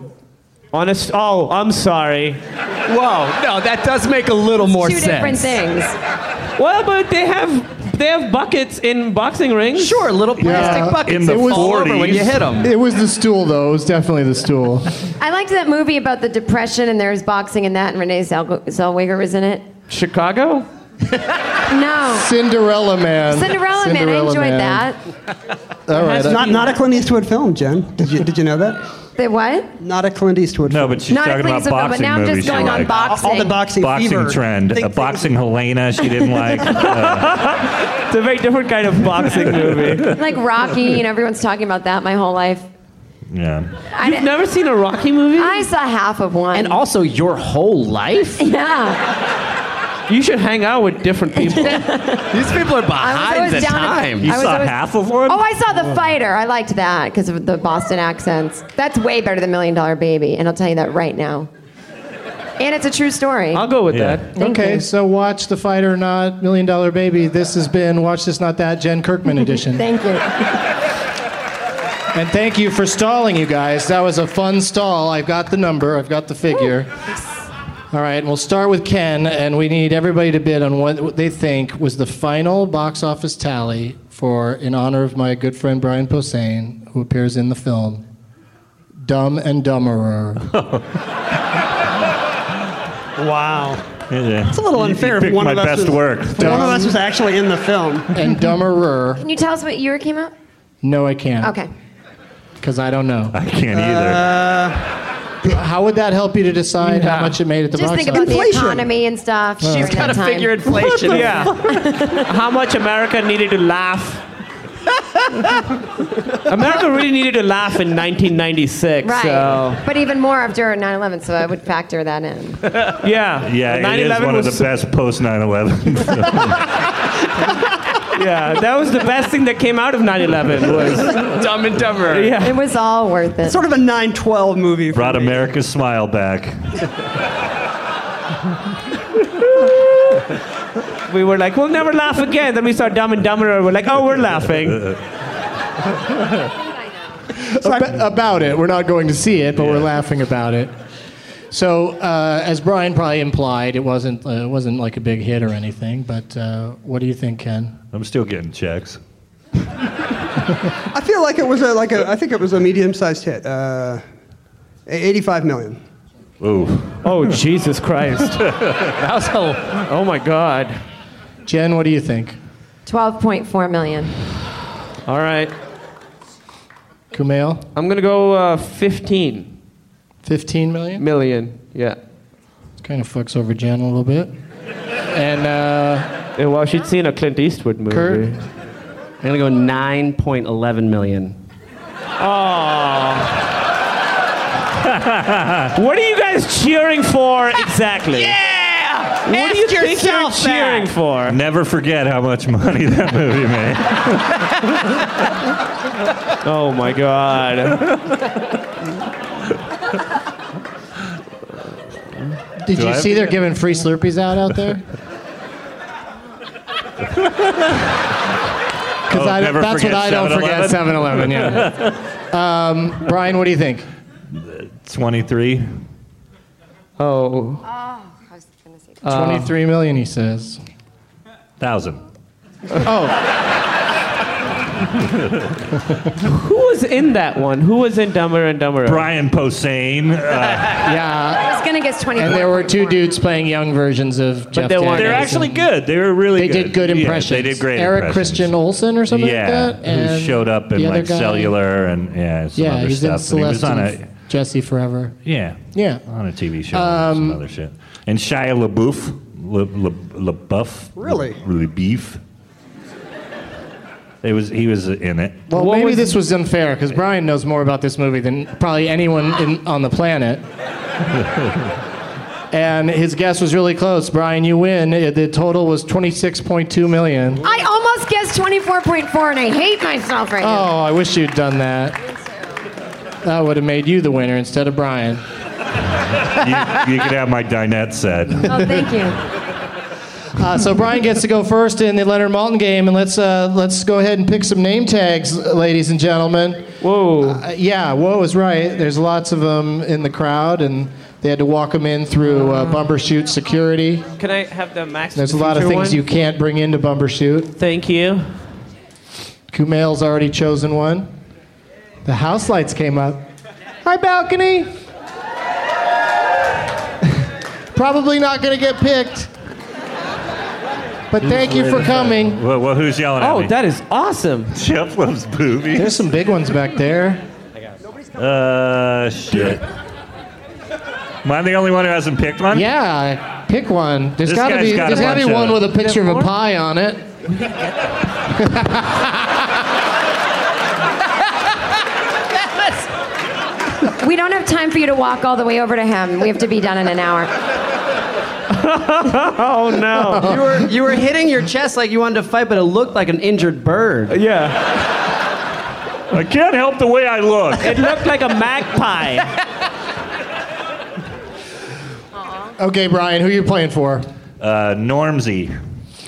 [SPEAKER 9] Honest. Oh, I'm sorry.
[SPEAKER 7] Whoa, no, that does make a little more
[SPEAKER 5] Two different
[SPEAKER 7] sense.
[SPEAKER 5] things.
[SPEAKER 9] Well, but they have they have buckets in boxing rings.
[SPEAKER 7] Sure, little plastic
[SPEAKER 4] Yeah,
[SPEAKER 7] buckets
[SPEAKER 6] in the
[SPEAKER 7] that fall over when
[SPEAKER 6] 40s.
[SPEAKER 7] you hit them.
[SPEAKER 4] It was the stool though. It was definitely the stool.
[SPEAKER 5] I liked that movie about the Depression, and there's boxing in that, and Renee Zellg- Zellweger was in it.
[SPEAKER 9] Chicago.
[SPEAKER 5] No.
[SPEAKER 4] Cinderella Man.
[SPEAKER 5] Cinderella, Man, I enjoyed that.
[SPEAKER 4] that. All right.
[SPEAKER 8] it's not, not a Clint Eastwood film, Jen. Did you, did you know that?
[SPEAKER 5] The what?
[SPEAKER 8] Not a Clint Eastwood
[SPEAKER 6] No,
[SPEAKER 8] film.
[SPEAKER 6] but she's
[SPEAKER 5] Not a
[SPEAKER 6] talking
[SPEAKER 5] Clint
[SPEAKER 6] about
[SPEAKER 5] Eastwood film, but
[SPEAKER 6] boxing
[SPEAKER 5] now I'm just
[SPEAKER 6] movies. she
[SPEAKER 5] going on
[SPEAKER 6] liked.
[SPEAKER 5] boxing.
[SPEAKER 8] All the boxing,
[SPEAKER 6] Boxing
[SPEAKER 8] fever
[SPEAKER 6] trend.
[SPEAKER 8] thing-
[SPEAKER 6] A boxing Helena she didn't like. Uh,
[SPEAKER 9] It's a very different kind of boxing movie.
[SPEAKER 5] Like Rocky, and everyone's talking about that my whole life.
[SPEAKER 6] yeah.
[SPEAKER 5] I,
[SPEAKER 9] You've
[SPEAKER 5] didn't-
[SPEAKER 9] never seen a Rocky movie? oh
[SPEAKER 5] I saw half of one.
[SPEAKER 7] And also your whole life?
[SPEAKER 5] yeah.
[SPEAKER 9] You should hang out with different people. These people are
[SPEAKER 5] I was always down to- I was always- Oh, I saw The Fighter. I liked that because of the Boston accents. That's way better than Million Dollar Baby, and I'll tell you that right now. And it's a true story.
[SPEAKER 9] I'll go with
[SPEAKER 4] that. okay, so watch The Fight or Not, Million Dollar Baby. This has been Watch This Not That, Jen Kirkman edition.
[SPEAKER 5] Thank you.
[SPEAKER 4] And thank you for stalling, you guys. That was a fun stall. I've got the number, I've got the figure. All right, and we'll start with Ken, and we need everybody to bid on what they think was the final box office tally for, in honor of my good friend Brian Posehn, who appears in the film, Dumb and Dumberer.
[SPEAKER 8] Wow.
[SPEAKER 6] Yeah.
[SPEAKER 8] It's a little
[SPEAKER 6] You- you
[SPEAKER 8] unfair if
[SPEAKER 6] picked
[SPEAKER 8] one
[SPEAKER 6] my
[SPEAKER 8] of us
[SPEAKER 6] best
[SPEAKER 8] was,
[SPEAKER 6] work.
[SPEAKER 8] if One of us was actually in the film.
[SPEAKER 4] and Dumberer.
[SPEAKER 5] Can you tell us what year it came out?
[SPEAKER 4] No, I can't.
[SPEAKER 5] Okay.
[SPEAKER 4] Because I don't know. I
[SPEAKER 6] can't
[SPEAKER 8] Uh,
[SPEAKER 4] either. How would that help you to decide how much it made at the
[SPEAKER 5] Just
[SPEAKER 4] box
[SPEAKER 5] think about
[SPEAKER 4] office?
[SPEAKER 5] the economy and stuff.
[SPEAKER 4] Well.
[SPEAKER 5] during
[SPEAKER 4] She's
[SPEAKER 5] that
[SPEAKER 9] gotta
[SPEAKER 5] time.
[SPEAKER 9] figure inflation. What the Yeah. How much America needed to laugh. America really needed to laugh in 1996.
[SPEAKER 5] Right.
[SPEAKER 9] So.
[SPEAKER 5] But even more after 9 11, so I would factor that in.
[SPEAKER 9] Yeah.
[SPEAKER 6] Yeah, it is
[SPEAKER 9] 9/11
[SPEAKER 6] one of
[SPEAKER 9] was-
[SPEAKER 6] the best post 9/11.
[SPEAKER 9] Yeah, that was the best thing that came out of 9/11 was
[SPEAKER 7] Dumb and dumber.
[SPEAKER 9] Yeah.
[SPEAKER 5] It was all worth it.
[SPEAKER 8] Sort of a 912 movie. for
[SPEAKER 6] Brought
[SPEAKER 8] me.
[SPEAKER 6] America's smile back.
[SPEAKER 9] we were like, we'll never laugh again. Then we saw Dumb and Dumber, and we're like, oh, we're laughing.
[SPEAKER 4] Ab- about it. We're not going to see it, but we're laughing about it. So, uh, as Brian probably implied, it wasn't uh, it wasn't like a big hit or anything. But uh, what do you think, Ken?
[SPEAKER 6] I'm still getting checks.
[SPEAKER 8] I feel like it was a like a. I think it was a medium-sized hit. Uh, 85 million.
[SPEAKER 6] Ooh.
[SPEAKER 9] Oh, Jesus Christ. That was a, oh my God.
[SPEAKER 4] Jen, what do you think?
[SPEAKER 5] 12.4 million.
[SPEAKER 9] All right.
[SPEAKER 4] Kumail,
[SPEAKER 9] I'm going to go uh, 15
[SPEAKER 4] fifteen million.
[SPEAKER 9] million. Yeah.
[SPEAKER 4] Kind of fucks over Jen a little bit. And uh,
[SPEAKER 9] Yeah, well, she'd seen a Clint Eastwood movie.
[SPEAKER 4] Kurt?
[SPEAKER 7] I'm gonna go 9.11 million.
[SPEAKER 9] Oh. what are you guys cheering for exactly?
[SPEAKER 7] Yeah!
[SPEAKER 9] What do you think you're cheering for?
[SPEAKER 6] Never forget how much money that movie made.
[SPEAKER 9] Oh my God.
[SPEAKER 4] did
[SPEAKER 6] Do
[SPEAKER 4] you
[SPEAKER 6] I have
[SPEAKER 4] see
[SPEAKER 6] to
[SPEAKER 4] they're
[SPEAKER 6] get-
[SPEAKER 4] giving free Slurpees out out there? Because
[SPEAKER 6] Oh,
[SPEAKER 4] I
[SPEAKER 6] never
[SPEAKER 4] that's what
[SPEAKER 6] forget
[SPEAKER 4] I don't forget.
[SPEAKER 6] 7-Eleven?
[SPEAKER 4] 7-Eleven, yeah. um, Brian, what do you think?
[SPEAKER 6] 23.
[SPEAKER 9] Oh.
[SPEAKER 5] I was going to say
[SPEAKER 6] Um,
[SPEAKER 4] Twenty-three million, he says.
[SPEAKER 6] Thousand.
[SPEAKER 4] Oh,
[SPEAKER 9] Who was in that one? Who was in Dumber and Dumber?
[SPEAKER 6] Brian Posehn. Uh,
[SPEAKER 4] yeah.
[SPEAKER 5] I was going to guess 24.
[SPEAKER 4] And there were two
[SPEAKER 5] 24.
[SPEAKER 4] dudes playing young versions of Jeff
[SPEAKER 9] they weren't-
[SPEAKER 4] Daniels.
[SPEAKER 6] they're actually good. They were really
[SPEAKER 4] They
[SPEAKER 6] good.
[SPEAKER 4] did good
[SPEAKER 6] Yeah,
[SPEAKER 4] impressions.
[SPEAKER 6] they did great
[SPEAKER 4] Eric
[SPEAKER 6] impressions.
[SPEAKER 4] Christian Olsen or something
[SPEAKER 6] yeah,
[SPEAKER 4] like that. and
[SPEAKER 6] who showed up in
[SPEAKER 4] the other
[SPEAKER 6] like
[SPEAKER 4] guy-
[SPEAKER 6] cellular and yeah, some
[SPEAKER 4] Yeah,
[SPEAKER 6] other
[SPEAKER 4] he's in
[SPEAKER 6] stuff. and he
[SPEAKER 4] Celeste
[SPEAKER 6] was on a
[SPEAKER 4] and Jesse Forever.
[SPEAKER 6] yeah,
[SPEAKER 4] Yeah.
[SPEAKER 6] on a TV show, and some other shit. And Shia LaBeouf, Le, Le, LaBeouf,
[SPEAKER 8] Really?
[SPEAKER 6] Le, LaBeef. It was he was in it.
[SPEAKER 4] Well,
[SPEAKER 9] What
[SPEAKER 4] maybe
[SPEAKER 9] was-
[SPEAKER 4] this was unfair because Brian knows more about this movie than probably anyone in, on the planet. and his guess was really close. Brian, you win. Uh, The total was 26.2 million.
[SPEAKER 5] I almost guessed 24.4, and I hate myself right now.
[SPEAKER 4] Oh, I wish you'd done that. That would have made you the winner instead of Brian.
[SPEAKER 6] you, you could have my dinette set.
[SPEAKER 5] Oh, thank you.
[SPEAKER 4] Uh, so Brian gets to go first in the Leonard Malton game, and let's uh, let's go ahead and pick some name tags, ladies and gentlemen.
[SPEAKER 9] Whoa.
[SPEAKER 4] Uh, yeah, Woe is right. There's lots of them in the crowd, and they had to walk them in through uh, bumper shoot security.
[SPEAKER 9] Can I have the max?
[SPEAKER 4] There's a lot of
[SPEAKER 9] feature
[SPEAKER 4] things
[SPEAKER 9] one?
[SPEAKER 4] you can't bring into bumper shoot.
[SPEAKER 9] Thank you.
[SPEAKER 4] Kumail's already chosen one. The house lights came up. Hi, balcony. Probably not going to get picked. But thank you for coming.
[SPEAKER 6] Well, well, who's yelling at
[SPEAKER 9] Oh,
[SPEAKER 6] me?
[SPEAKER 9] that is awesome.
[SPEAKER 6] Jeff loves boobies.
[SPEAKER 4] There's some big ones back there.
[SPEAKER 6] Uh, shit. Am I the only one who hasn't picked one?
[SPEAKER 4] Yeah, pick one. There's
[SPEAKER 6] This
[SPEAKER 4] got to
[SPEAKER 6] guy's
[SPEAKER 4] be
[SPEAKER 6] got a
[SPEAKER 4] there's got to
[SPEAKER 6] bunch
[SPEAKER 4] be one
[SPEAKER 6] of-
[SPEAKER 4] with a picture of a
[SPEAKER 9] more?
[SPEAKER 4] pie on it.
[SPEAKER 5] We don't have time for you to walk all the way over to him. We have to be done in an hour.
[SPEAKER 9] oh no.
[SPEAKER 7] You were you were hitting your chest like you wanted to fight, but it looked like an injured bird.
[SPEAKER 9] Yeah.
[SPEAKER 6] I can't help the way I look.
[SPEAKER 9] It looked like a magpie.
[SPEAKER 4] Okay, Brian, who you playing for?
[SPEAKER 6] Uh, Normsy.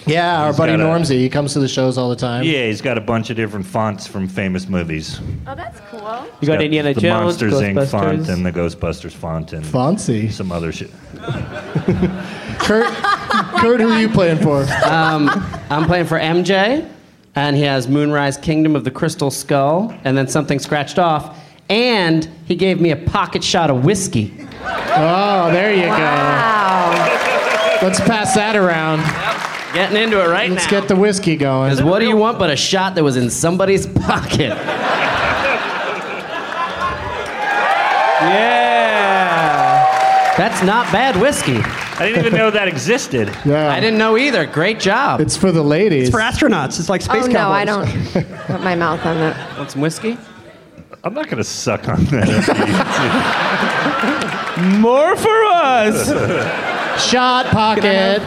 [SPEAKER 4] Yeah, our
[SPEAKER 6] He's
[SPEAKER 4] buddy
[SPEAKER 6] got a-
[SPEAKER 4] Normsy. He comes to the shows all the time.
[SPEAKER 6] Yeah, he's got a bunch of different fonts from famous movies.
[SPEAKER 10] Oh, that's cool.
[SPEAKER 9] You got Indiana
[SPEAKER 6] the
[SPEAKER 9] Jones,
[SPEAKER 6] Monsters Inc. font
[SPEAKER 9] Ghostbusters.
[SPEAKER 6] and the Ghostbusters font and
[SPEAKER 4] Fancy.
[SPEAKER 6] some other shit.
[SPEAKER 4] Kurt, Kurt who you playing for?
[SPEAKER 7] Um, I'm playing for MJ, and he has Moonrise Kingdom of the Crystal Skull, and then something scratched off, and he gave me a pocket shot of whiskey.
[SPEAKER 4] Oh, there you go. Let's pass that around.
[SPEAKER 7] Getting into it right
[SPEAKER 4] Let's
[SPEAKER 7] now.
[SPEAKER 4] get the whiskey going.
[SPEAKER 7] Because what do you want but a shot that was in somebody's pocket?
[SPEAKER 9] yeah.
[SPEAKER 7] That's not bad whiskey.
[SPEAKER 6] I didn't even know that existed.
[SPEAKER 4] Yeah.
[SPEAKER 7] I didn't know either. Great job.
[SPEAKER 4] It's for the ladies.
[SPEAKER 8] For astronauts, it's like space
[SPEAKER 5] oh
[SPEAKER 8] cowboys.
[SPEAKER 5] no, I don't put my mouth on that.
[SPEAKER 7] Want some whiskey?
[SPEAKER 6] I'm not gonna suck on that.
[SPEAKER 9] More for us.
[SPEAKER 4] Shot pocket.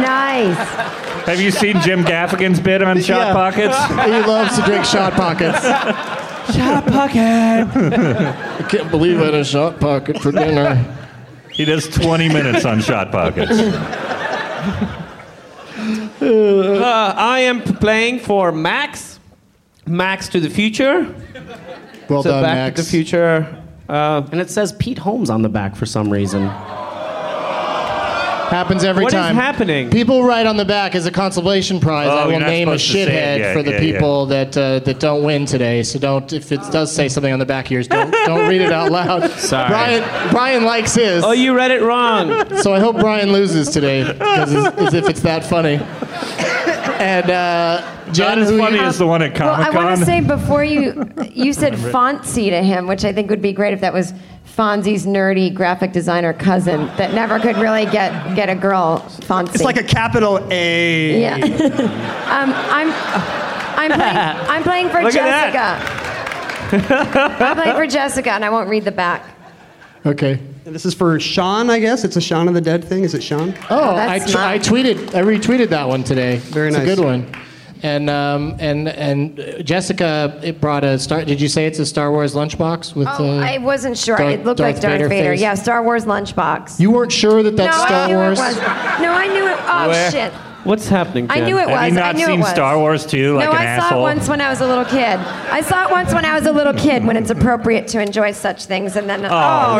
[SPEAKER 5] Nice.
[SPEAKER 6] Have you seen Jim Gaffigan's bit on shot
[SPEAKER 4] Yeah.
[SPEAKER 6] pockets?
[SPEAKER 4] He loves to drink shot pockets.
[SPEAKER 9] Shot pocket.
[SPEAKER 4] I can't believe I had a shot pocket for dinner.
[SPEAKER 6] He does 20 minutes on shot pockets.
[SPEAKER 9] Uh, I am playing for Max. Max to the future.
[SPEAKER 4] Well
[SPEAKER 9] so
[SPEAKER 4] done,
[SPEAKER 9] Back
[SPEAKER 4] Max.
[SPEAKER 9] to the Future. Uh,
[SPEAKER 7] And it says Pete Holmes on the back for some reason.
[SPEAKER 4] Happens every
[SPEAKER 9] What is
[SPEAKER 4] time.
[SPEAKER 9] happening?
[SPEAKER 4] People write on the back as a consolation prize.
[SPEAKER 6] Oh,
[SPEAKER 4] I will
[SPEAKER 6] you're not
[SPEAKER 4] name a
[SPEAKER 6] supposed to say it.
[SPEAKER 4] shithead
[SPEAKER 6] Yeah,
[SPEAKER 4] for the
[SPEAKER 6] yeah, yeah.
[SPEAKER 4] people that uh, that don't win today. So don't. If it does say something on the back of yours, don't don't read it out loud.
[SPEAKER 7] Sorry.
[SPEAKER 4] Brian Brian likes his.
[SPEAKER 9] oh, you read it wrong.
[SPEAKER 4] So I hope Brian loses today, because as if it's that funny. And uh,
[SPEAKER 6] Not
[SPEAKER 4] Jen,
[SPEAKER 6] as
[SPEAKER 4] who
[SPEAKER 6] funny
[SPEAKER 4] you-
[SPEAKER 6] as the one at
[SPEAKER 5] Well, I
[SPEAKER 6] Comic
[SPEAKER 5] want
[SPEAKER 6] Con.
[SPEAKER 5] to say before you you said Fonzie to him, which I think would be great if that was Fonzie's nerdy graphic designer cousin that never could really get get a girl. Fonzie.
[SPEAKER 8] It's like a capital A.
[SPEAKER 5] yeah. um, I'm I'm playing, I'm playing for
[SPEAKER 9] Look at
[SPEAKER 5] Jessica. I'm playing for Jessica, and I won't read the back.
[SPEAKER 4] okay.
[SPEAKER 8] And this is for Sean, I guess. It's a Shaun of the Dead thing. Is it Sean?
[SPEAKER 4] Oh, I,
[SPEAKER 5] that's
[SPEAKER 4] tw- I
[SPEAKER 5] not-
[SPEAKER 4] tweeted, I retweeted that one today.
[SPEAKER 8] Very
[SPEAKER 4] it's
[SPEAKER 8] nice.
[SPEAKER 4] a good one. And um, and and Jessica, it brought a star. Did you say it's a Star Wars lunchbox with?
[SPEAKER 5] Oh,
[SPEAKER 4] uh,
[SPEAKER 5] I wasn't sure.
[SPEAKER 4] Darth-
[SPEAKER 5] it looked like
[SPEAKER 4] Darth Vader
[SPEAKER 5] Darth Vader.
[SPEAKER 4] face.
[SPEAKER 5] Yeah, Star Wars lunchbox.
[SPEAKER 4] You weren't sure that that's
[SPEAKER 5] no, I
[SPEAKER 4] Star
[SPEAKER 5] knew
[SPEAKER 4] Wars.
[SPEAKER 5] It was. No, I knew it. Oh
[SPEAKER 9] Where?
[SPEAKER 5] shit!
[SPEAKER 9] What's happening?
[SPEAKER 5] I
[SPEAKER 9] Jen?
[SPEAKER 5] knew it was.
[SPEAKER 6] Have you
[SPEAKER 5] I
[SPEAKER 6] not
[SPEAKER 5] knew it
[SPEAKER 6] seen
[SPEAKER 5] was.
[SPEAKER 6] Star Wars 2 like
[SPEAKER 5] no,
[SPEAKER 6] an
[SPEAKER 5] I
[SPEAKER 6] asshole?
[SPEAKER 5] saw it once when I was a little kid. I saw it once when I was a little kid when it's appropriate to enjoy such things. And then, oh,
[SPEAKER 8] Oh.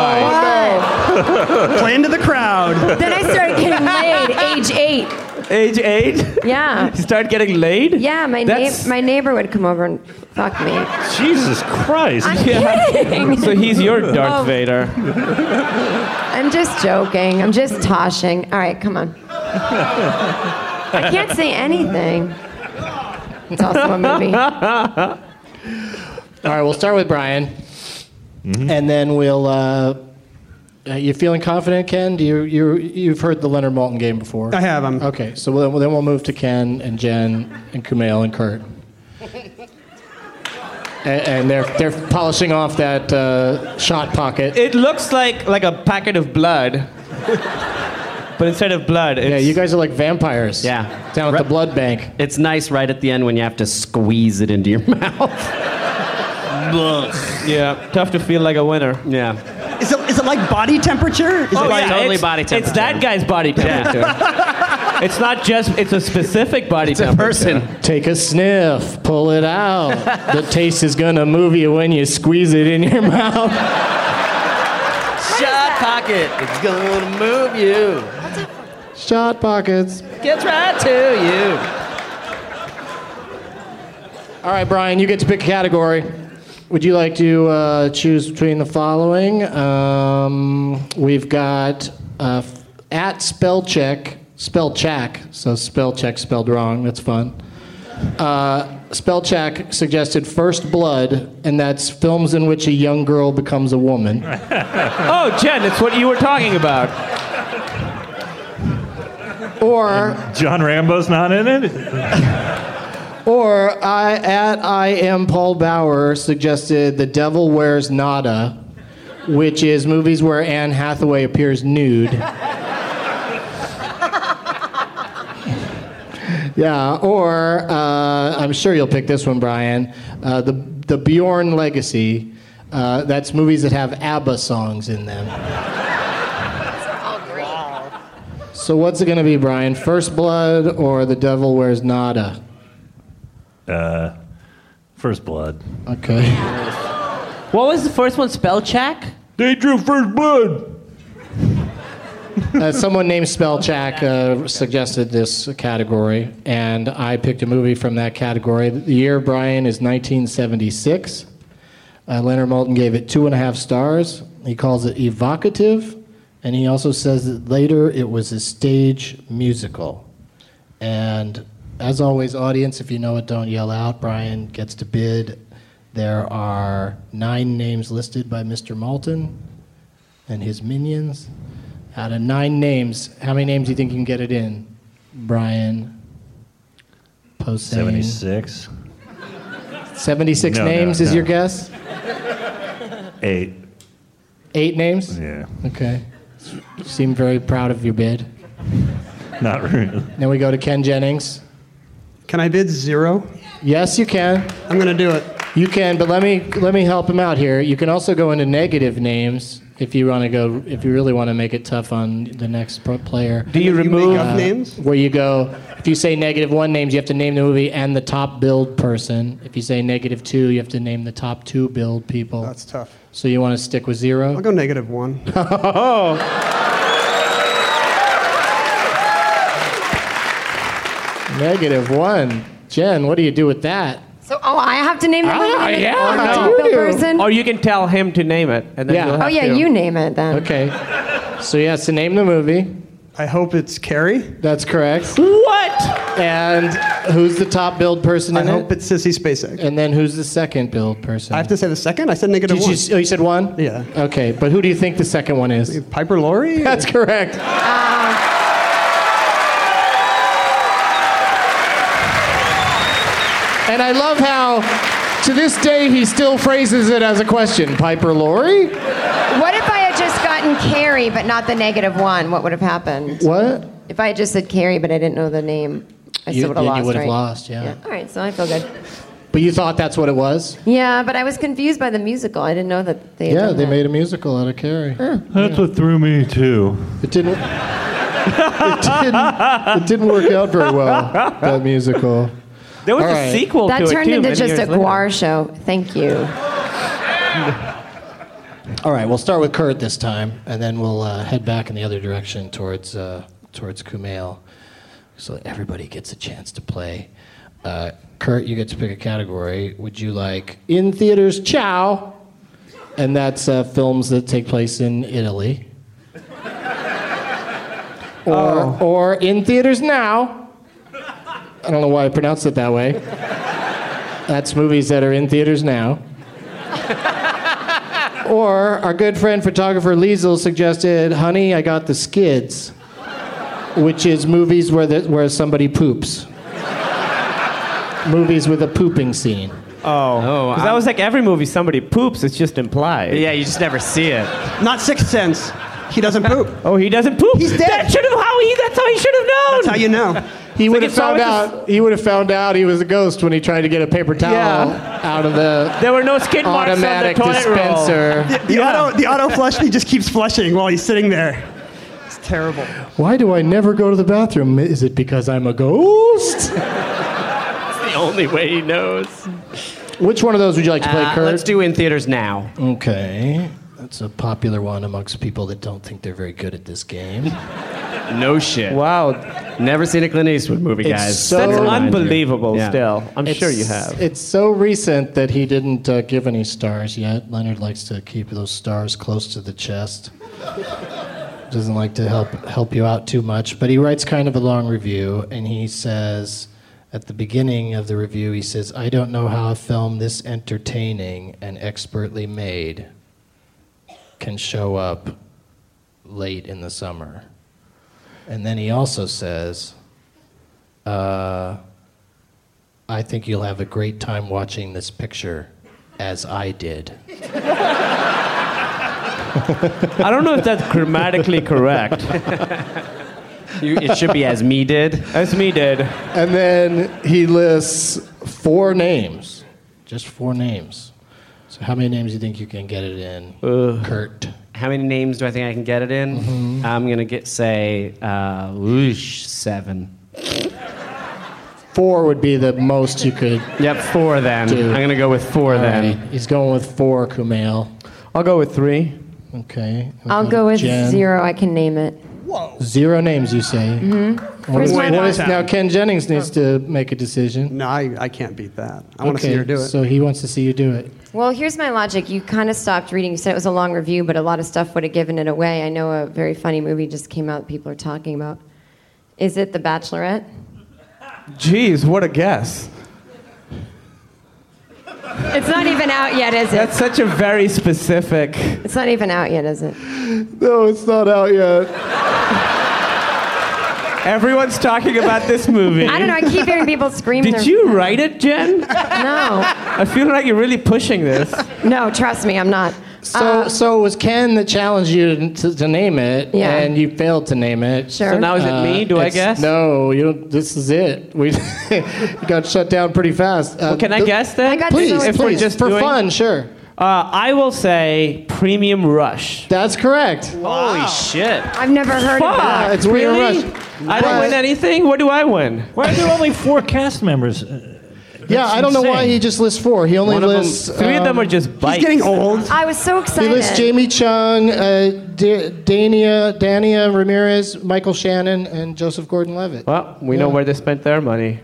[SPEAKER 6] Jesus Christ.
[SPEAKER 5] God.
[SPEAKER 8] Play into the crowd.
[SPEAKER 5] Then I started getting laid, age eight.
[SPEAKER 9] Age eight.
[SPEAKER 5] Yeah.
[SPEAKER 9] You start getting laid.
[SPEAKER 5] Yeah, my, na-
[SPEAKER 9] That's-
[SPEAKER 5] my neighbor would come over and fuck me.
[SPEAKER 6] Jesus Christ.
[SPEAKER 5] I'm kidding.
[SPEAKER 9] So he's your Darth
[SPEAKER 5] Oh.
[SPEAKER 9] Vader.
[SPEAKER 5] I'm just joking. I'm just toshing. All right, come on. I can't say anything. It's also a movie.
[SPEAKER 4] All right, we'll start with Brian, and then we'll. Uh, uh, you feeling confident, Ken? Do you you you've heard the Leonard Malton game before?
[SPEAKER 8] I have him.
[SPEAKER 4] Okay, so we'll, then we'll move to Ken and Jen and Kumail and Kurt. A- And they're, they're polishing off that uh, shot pocket.
[SPEAKER 9] It looks like like a packet of blood, but instead of blood, it's,
[SPEAKER 4] yeah, you guys are like vampires.
[SPEAKER 7] Yeah.
[SPEAKER 4] Down at the blood bank.
[SPEAKER 7] It's nice right at the end when you have to squeeze it into your mouth.
[SPEAKER 9] yeah, tough to feel like a winner.
[SPEAKER 7] yeah.
[SPEAKER 8] Is it, is it like body temperature? Is it like,
[SPEAKER 7] yeah. totally body
[SPEAKER 9] Oh, It's
[SPEAKER 7] temperature.
[SPEAKER 9] that guy's body temperature. it's not just. It's a specific body
[SPEAKER 7] It's a
[SPEAKER 9] temperature.
[SPEAKER 7] person.
[SPEAKER 4] Take a sniff, pull it out. the taste is gonna move you when you squeeze it in your mouth.
[SPEAKER 7] Shot pocket. It's gonna move you.
[SPEAKER 4] Shot pockets.
[SPEAKER 7] Gets right to
[SPEAKER 4] All right, Brian, you get to pick a category. Would you like to uh, choose between the following? Um, we've got uh, f- at spell check, spell check. So spell check spelled wrong. That's fun. Uh, spell check suggested First Blood, and that's films in which a young girl becomes a woman.
[SPEAKER 9] Oh, Jen, it's what you were talking about.
[SPEAKER 4] Or
[SPEAKER 6] John Rambo's not in it?
[SPEAKER 4] Or I at I am Paul Bauer suggested the devil wears Nada, which is movies where Anne Hathaway appears nude. yeah, or uh, I'm sure you'll pick this one, Brian. Uh, the the Bjorn Legacy. Uh, that's movies that have ABBA songs in them. So what's it going to be, Brian? First Blood or The Devil Wears Nada?
[SPEAKER 6] Uh, first blood.
[SPEAKER 4] Okay.
[SPEAKER 9] What was the first one? Spell check?
[SPEAKER 6] They drew first blood.
[SPEAKER 4] Uh, someone named Spellcheck uh, suggested this category, and I picked a movie from that category. The year, Brian, is 1976. Uh, Leonard Maltin gave it two and a half stars. He calls it evocative, and he also says that later it was a stage musical. And as always, audience, if you know it, don't yell out. Brian gets to bid. There are nine names listed by Mr. Malton and his minions. Out of nine names, how many names do you think you can get it in? Brian. Posehn.
[SPEAKER 6] Seventy six.
[SPEAKER 4] 76
[SPEAKER 6] No, no,
[SPEAKER 4] names is
[SPEAKER 6] no.
[SPEAKER 4] your guess?
[SPEAKER 6] Eight.
[SPEAKER 4] Eight names?
[SPEAKER 6] Yeah.
[SPEAKER 4] Okay. You seem very proud of your bid.
[SPEAKER 6] Not really.
[SPEAKER 4] Then we go to Ken Jennings.
[SPEAKER 8] Can I bid zero?
[SPEAKER 4] Yes, you can.
[SPEAKER 8] I'm gonna do it.
[SPEAKER 4] You can, but let me let me help him out here. You can also go into negative names if you want to go if you really want to make it tough on the next pro player.
[SPEAKER 9] Do you
[SPEAKER 8] Make
[SPEAKER 9] remove?
[SPEAKER 8] up names?
[SPEAKER 4] where you go if you say negative one names you have to name the movie and the top billed person if you say negative two you have to name the top two billed people
[SPEAKER 8] That's tough.
[SPEAKER 4] so you want to stick with
[SPEAKER 8] I'll
[SPEAKER 4] zero
[SPEAKER 8] go negative one.
[SPEAKER 4] negative one jen what do you do with that
[SPEAKER 5] So, oh, I have to name the movie.
[SPEAKER 9] Ah, yeah,
[SPEAKER 5] Or
[SPEAKER 9] no.
[SPEAKER 5] top bill
[SPEAKER 4] You do. Oh,
[SPEAKER 5] person.
[SPEAKER 9] Or Oh, you can tell him to name it, and then
[SPEAKER 4] Yeah.
[SPEAKER 9] you'll
[SPEAKER 4] Oh,
[SPEAKER 9] have
[SPEAKER 5] oh yeah,
[SPEAKER 9] to.
[SPEAKER 5] you name it then.
[SPEAKER 4] okay so he has to name the movie
[SPEAKER 8] I hope it's Carrie.
[SPEAKER 4] that's correct
[SPEAKER 9] What?
[SPEAKER 4] and who's the top billed person
[SPEAKER 8] I
[SPEAKER 4] in
[SPEAKER 8] hope
[SPEAKER 4] it
[SPEAKER 8] it's Sissy Spacek.
[SPEAKER 4] and then who's the second billed person
[SPEAKER 8] I have to say the second. I said negative
[SPEAKER 4] did you,
[SPEAKER 8] one.
[SPEAKER 4] s- oh, you said one
[SPEAKER 8] Yeah.
[SPEAKER 4] okay but who do you think the second one is
[SPEAKER 8] Piper Laurie.
[SPEAKER 4] that's correct And I love how, to this day, he still phrases it as a question. Piper Laurie?
[SPEAKER 5] What if I had just gotten Carrie but not the negative one? What would have happened?
[SPEAKER 4] What?
[SPEAKER 5] If I had just said Carrie but I didn't know the name, I
[SPEAKER 4] You-
[SPEAKER 5] still would
[SPEAKER 4] then
[SPEAKER 5] have
[SPEAKER 4] you
[SPEAKER 5] lost.
[SPEAKER 4] would've
[SPEAKER 5] right?
[SPEAKER 4] lost, yeah.
[SPEAKER 5] All right, so I feel good.
[SPEAKER 4] But you thought that's what it was?
[SPEAKER 5] Yeah, but I was confused by the musical. I didn't know that they. had
[SPEAKER 4] Yeah,
[SPEAKER 5] done
[SPEAKER 4] they
[SPEAKER 5] that.
[SPEAKER 4] made a musical out of Carrie.
[SPEAKER 6] That's what threw me too.
[SPEAKER 4] It didn't. It didn't, it didn't work out very well, that musical.
[SPEAKER 9] There was
[SPEAKER 4] All
[SPEAKER 9] a
[SPEAKER 4] right.
[SPEAKER 9] sequel to
[SPEAKER 5] That
[SPEAKER 9] it
[SPEAKER 5] turned
[SPEAKER 9] too,
[SPEAKER 5] into
[SPEAKER 9] many
[SPEAKER 5] just a
[SPEAKER 9] years later.
[SPEAKER 5] guar show. Thank you.
[SPEAKER 4] All right, we'll start with Kurt this time, and then we'll uh, head back in the other direction towards, uh, towards Kumail so that everybody gets a chance to play. Uh, Kurt, you get to pick a category. Would you like in theaters, ciao? And that's uh, films that take place in Italy. Or, or in theaters now. I don't know why I pronounced it that way. That's movies that are in theaters now. Or our good friend photographer Liesel suggested, "Honey, I got the skids," which is movies where the, where somebody poops. movies with a pooping scene.
[SPEAKER 9] Oh, because that was like every movie somebody poops. It's just implied.
[SPEAKER 7] Yeah, you just never see it.
[SPEAKER 8] Not Sixth Sense. He doesn't poop.
[SPEAKER 9] Oh, he doesn't poop.
[SPEAKER 8] He's dead.
[SPEAKER 9] That should have how he. That's how he should have known.
[SPEAKER 8] That's how you know.
[SPEAKER 4] He would have
[SPEAKER 9] it's
[SPEAKER 4] found
[SPEAKER 9] always
[SPEAKER 4] out. He would have found out he was a ghost when he tried to get a paper towel
[SPEAKER 9] Yeah.
[SPEAKER 4] out of the
[SPEAKER 9] There were no skid marks on the
[SPEAKER 4] automatic
[SPEAKER 9] toilet roll.
[SPEAKER 4] dispenser.
[SPEAKER 8] The auto the auto flush he just keeps flushing while he's sitting there. It's terrible.
[SPEAKER 4] Why do I never go to the bathroom? Is it because I'm a ghost?
[SPEAKER 9] The only way he knows.
[SPEAKER 4] Which one of those would you like to play,
[SPEAKER 7] Uh,
[SPEAKER 4] Kurt?
[SPEAKER 7] let's do in theaters now.
[SPEAKER 4] Okay. That's a popular one amongst people that don't think they're very good at this game.
[SPEAKER 7] No shit.
[SPEAKER 9] Wow,
[SPEAKER 7] Never seen a Clint Eastwood movie,
[SPEAKER 4] It's
[SPEAKER 7] guys.
[SPEAKER 4] so-
[SPEAKER 7] That
[SPEAKER 9] that's
[SPEAKER 7] reminds me.
[SPEAKER 9] unbelievable.
[SPEAKER 7] Yeah.
[SPEAKER 9] Still, I'm
[SPEAKER 4] It's-
[SPEAKER 9] sure you have.
[SPEAKER 4] It's so recent that he didn't uh, give any stars yet. Leonard likes to keep those stars close to the chest. Doesn't like to help help you out too much, but he writes kind of a long review, and he says at the beginning of the review, he says, "I don't know how a film this entertaining and expertly made can show up late in the summer." And then he also says. Uh, I think you'll have a great time watching this picture, as I did.
[SPEAKER 9] I don't know if that's grammatically correct.
[SPEAKER 7] You, it should be as me did.
[SPEAKER 9] As me did.
[SPEAKER 4] And then he lists four names, just four names. So how many names do you think you can get it in, Kurt?
[SPEAKER 7] How many names do I think I can get it in?
[SPEAKER 9] Mm-hmm.
[SPEAKER 7] I'm gonna get say uh, whoosh, seven.
[SPEAKER 4] Four would be the most you could.
[SPEAKER 7] Yep, four then.
[SPEAKER 4] Dude.
[SPEAKER 7] I'm gonna go with four
[SPEAKER 4] All
[SPEAKER 7] then.
[SPEAKER 4] right, He's going with four, Kumail.
[SPEAKER 9] I'll go with three.
[SPEAKER 4] Okay. and
[SPEAKER 5] I'll
[SPEAKER 4] then
[SPEAKER 5] go with
[SPEAKER 4] Mm-hmm. Jen.
[SPEAKER 5] zero. I can name it.
[SPEAKER 4] Zero names, you say. Mm-hmm.
[SPEAKER 5] Where's my
[SPEAKER 8] mom?
[SPEAKER 4] now Ken Jennings needs to make a decision.
[SPEAKER 8] No, I, I can't beat that. I want to see
[SPEAKER 4] Okay,
[SPEAKER 8] her do it.
[SPEAKER 4] So he wants to see you do it.
[SPEAKER 5] Well, here's my logic. You kind of stopped reading. You said it was a long review, but a lot of stuff would have given it away. I know a very funny movie just came out. People are talking about. Is it The Bachelorette?
[SPEAKER 9] Jeez, what a guess.
[SPEAKER 5] It's not even out yet, is it?
[SPEAKER 9] That's such a very specific.
[SPEAKER 5] It's not even out yet, is it?
[SPEAKER 4] No, it's not out yet.
[SPEAKER 9] Everyone's talking about this movie.
[SPEAKER 5] I don't know. I keep hearing people scream.
[SPEAKER 9] Did
[SPEAKER 5] their-
[SPEAKER 9] you write it, Jen?
[SPEAKER 5] No,
[SPEAKER 9] I feel like you're really pushing this.
[SPEAKER 5] no. Trust me, I'm not.
[SPEAKER 4] So,
[SPEAKER 5] Um,
[SPEAKER 4] so it was Ken that challenged you to, to name it,
[SPEAKER 5] Yeah.
[SPEAKER 4] and you failed to name it.
[SPEAKER 5] Sure.
[SPEAKER 9] So now Oh, is it me? Do I
[SPEAKER 4] it's-
[SPEAKER 9] guess?
[SPEAKER 4] No, you don't, this is it. We got shut down pretty fast. Uh,
[SPEAKER 9] Can I
[SPEAKER 4] the-
[SPEAKER 9] guess then?
[SPEAKER 5] I got
[SPEAKER 4] Please,
[SPEAKER 5] So
[SPEAKER 4] please,
[SPEAKER 5] it's-
[SPEAKER 9] if we're just
[SPEAKER 4] for
[SPEAKER 9] doing-
[SPEAKER 4] fun, sure.
[SPEAKER 9] Uh, I will say Premium Rush.
[SPEAKER 4] That's correct.
[SPEAKER 7] Holy shit!
[SPEAKER 5] I've never heard of that.
[SPEAKER 4] it's
[SPEAKER 9] really?
[SPEAKER 4] Premium
[SPEAKER 9] I don't win anything. What do I win?
[SPEAKER 6] Why are there only four cast members? Uh,
[SPEAKER 4] yeah,
[SPEAKER 6] that's
[SPEAKER 4] I don't know why
[SPEAKER 6] insane.
[SPEAKER 4] he just lists four. He only
[SPEAKER 7] One of them-
[SPEAKER 4] lists
[SPEAKER 9] Three of them
[SPEAKER 4] um,
[SPEAKER 9] are just bites.
[SPEAKER 8] He's getting old.
[SPEAKER 5] I was so excited.
[SPEAKER 4] He lists Jamie Chung, uh, D- Dania, Dania Ramirez, Michael Shannon, and Joseph Gordon-Levitt.
[SPEAKER 9] Well, we know
[SPEAKER 4] Yeah.
[SPEAKER 9] where they spent their money.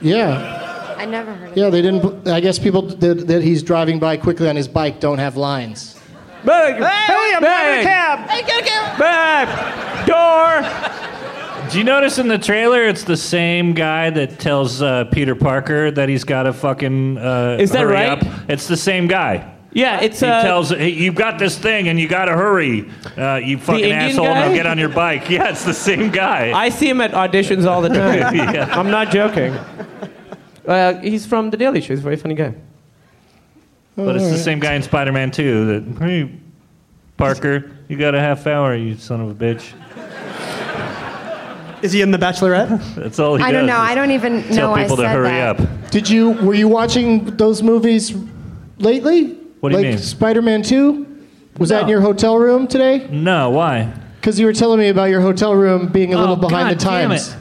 [SPEAKER 4] Yeah,
[SPEAKER 5] I never heard of
[SPEAKER 4] yeah. They didn't. I guess people that, that he's driving by quickly on his bike don't have lines.
[SPEAKER 9] Bang!
[SPEAKER 8] Hey, I'm driving a cab.
[SPEAKER 9] Bang! Door!
[SPEAKER 6] Do you notice in the trailer it's the same guy that tells uh, Peter Parker that he's got to fucking uh,
[SPEAKER 9] Is that
[SPEAKER 6] hurry
[SPEAKER 9] right?
[SPEAKER 6] up? It's the same guy.
[SPEAKER 9] Yeah, it's
[SPEAKER 6] He
[SPEAKER 9] uh,
[SPEAKER 6] tells hey, you've got this thing and you got to hurry. Uh, you fucking
[SPEAKER 9] Indian
[SPEAKER 6] asshole!
[SPEAKER 9] guy?
[SPEAKER 6] Now get on your bike. Yeah, it's the same guy.
[SPEAKER 9] I see him at auditions all the time.
[SPEAKER 6] Yeah.
[SPEAKER 9] I'm not joking. Uh, he's from The Daily Show. He's a very funny guy.
[SPEAKER 6] but it's the same guy in Spider-Man 2 that hey, Parker, you got a half hour, you son of a bitch.
[SPEAKER 8] Is he in The Bachelorette?
[SPEAKER 6] That's all he
[SPEAKER 5] I
[SPEAKER 6] does.
[SPEAKER 5] don't know.
[SPEAKER 6] is
[SPEAKER 5] I don't even
[SPEAKER 6] tell
[SPEAKER 5] know. I
[SPEAKER 6] people
[SPEAKER 5] said
[SPEAKER 6] to hurry
[SPEAKER 5] that.
[SPEAKER 6] up.
[SPEAKER 4] Did you? Were you watching those movies lately?
[SPEAKER 6] What do you
[SPEAKER 4] like
[SPEAKER 6] mean?
[SPEAKER 4] Spider-Man Two. Was that in
[SPEAKER 6] No.
[SPEAKER 4] your hotel room today?
[SPEAKER 6] No, why?
[SPEAKER 4] Because you were telling me about your hotel room being a little
[SPEAKER 6] Oh,
[SPEAKER 4] behind the times.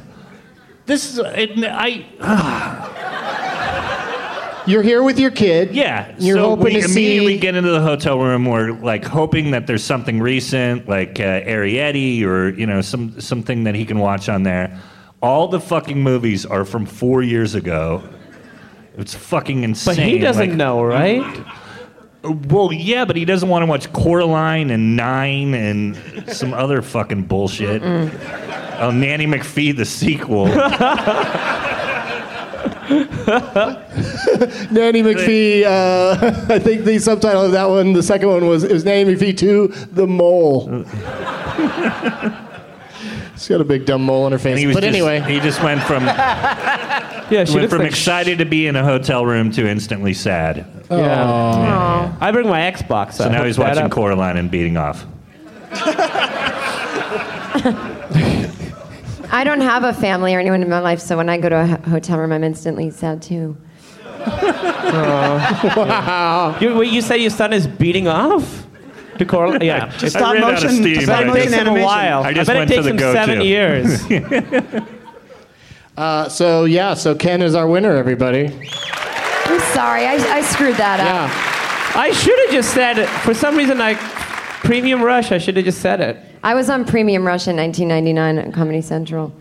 [SPEAKER 6] This is it, I
[SPEAKER 4] You're here with your kid.
[SPEAKER 6] yeah.
[SPEAKER 4] You're
[SPEAKER 6] so
[SPEAKER 4] hoping
[SPEAKER 6] we
[SPEAKER 4] to
[SPEAKER 6] immediately
[SPEAKER 4] see-
[SPEAKER 6] get into the hotel room. We're like hoping that there's something recent, like uh, Arietti or you know some something that he can watch on there. All the fucking movies are from four years ago. It's fucking insane.
[SPEAKER 9] But he doesn't
[SPEAKER 6] like- Uh,
[SPEAKER 9] know, right?
[SPEAKER 6] Well, yeah, but he doesn't want to watch Coraline and Nine and some other fucking bullshit. Oh, Nanny McPhee, the sequel.
[SPEAKER 4] Nanny McPhee. Uh, I think the subtitle of that one, the second one was it was Nanny McPhee Two, the mole. She's got a big dumb mole on her
[SPEAKER 6] And
[SPEAKER 4] face.
[SPEAKER 6] he was
[SPEAKER 4] But
[SPEAKER 6] just-
[SPEAKER 4] anyway,
[SPEAKER 6] he just went from
[SPEAKER 9] Yeah, she
[SPEAKER 6] went
[SPEAKER 9] looks
[SPEAKER 6] from
[SPEAKER 9] like
[SPEAKER 6] excited to be in a hotel room to instantly sad.
[SPEAKER 9] Yeah.
[SPEAKER 8] Oh.
[SPEAKER 9] I bring my Xbox.
[SPEAKER 6] So now he's watching Coraline and beating off.
[SPEAKER 5] I don't have a family or anyone in my life, so when I go to a ho- hotel room, I'm instantly sad too.
[SPEAKER 9] You, wait, you said your son is beating off to Coral? Yeah. It's
[SPEAKER 6] I ran out of steam.
[SPEAKER 8] stop
[SPEAKER 6] I
[SPEAKER 9] It
[SPEAKER 8] motion
[SPEAKER 9] takes him a
[SPEAKER 8] animation.
[SPEAKER 9] while.
[SPEAKER 6] I
[SPEAKER 9] I,
[SPEAKER 6] just
[SPEAKER 9] bet it
[SPEAKER 6] went to
[SPEAKER 9] takes
[SPEAKER 6] the
[SPEAKER 9] him
[SPEAKER 6] go-to.
[SPEAKER 9] seven years.
[SPEAKER 4] uh, so yeah, so Ken is our winner, everybody.
[SPEAKER 5] I'm sorry, I, I screwed that up.
[SPEAKER 4] Yeah.
[SPEAKER 9] I should have just said it. For some reason, I premium rush. I should have just said it.
[SPEAKER 5] I was on Premium Rush in 1999 at Comedy Central.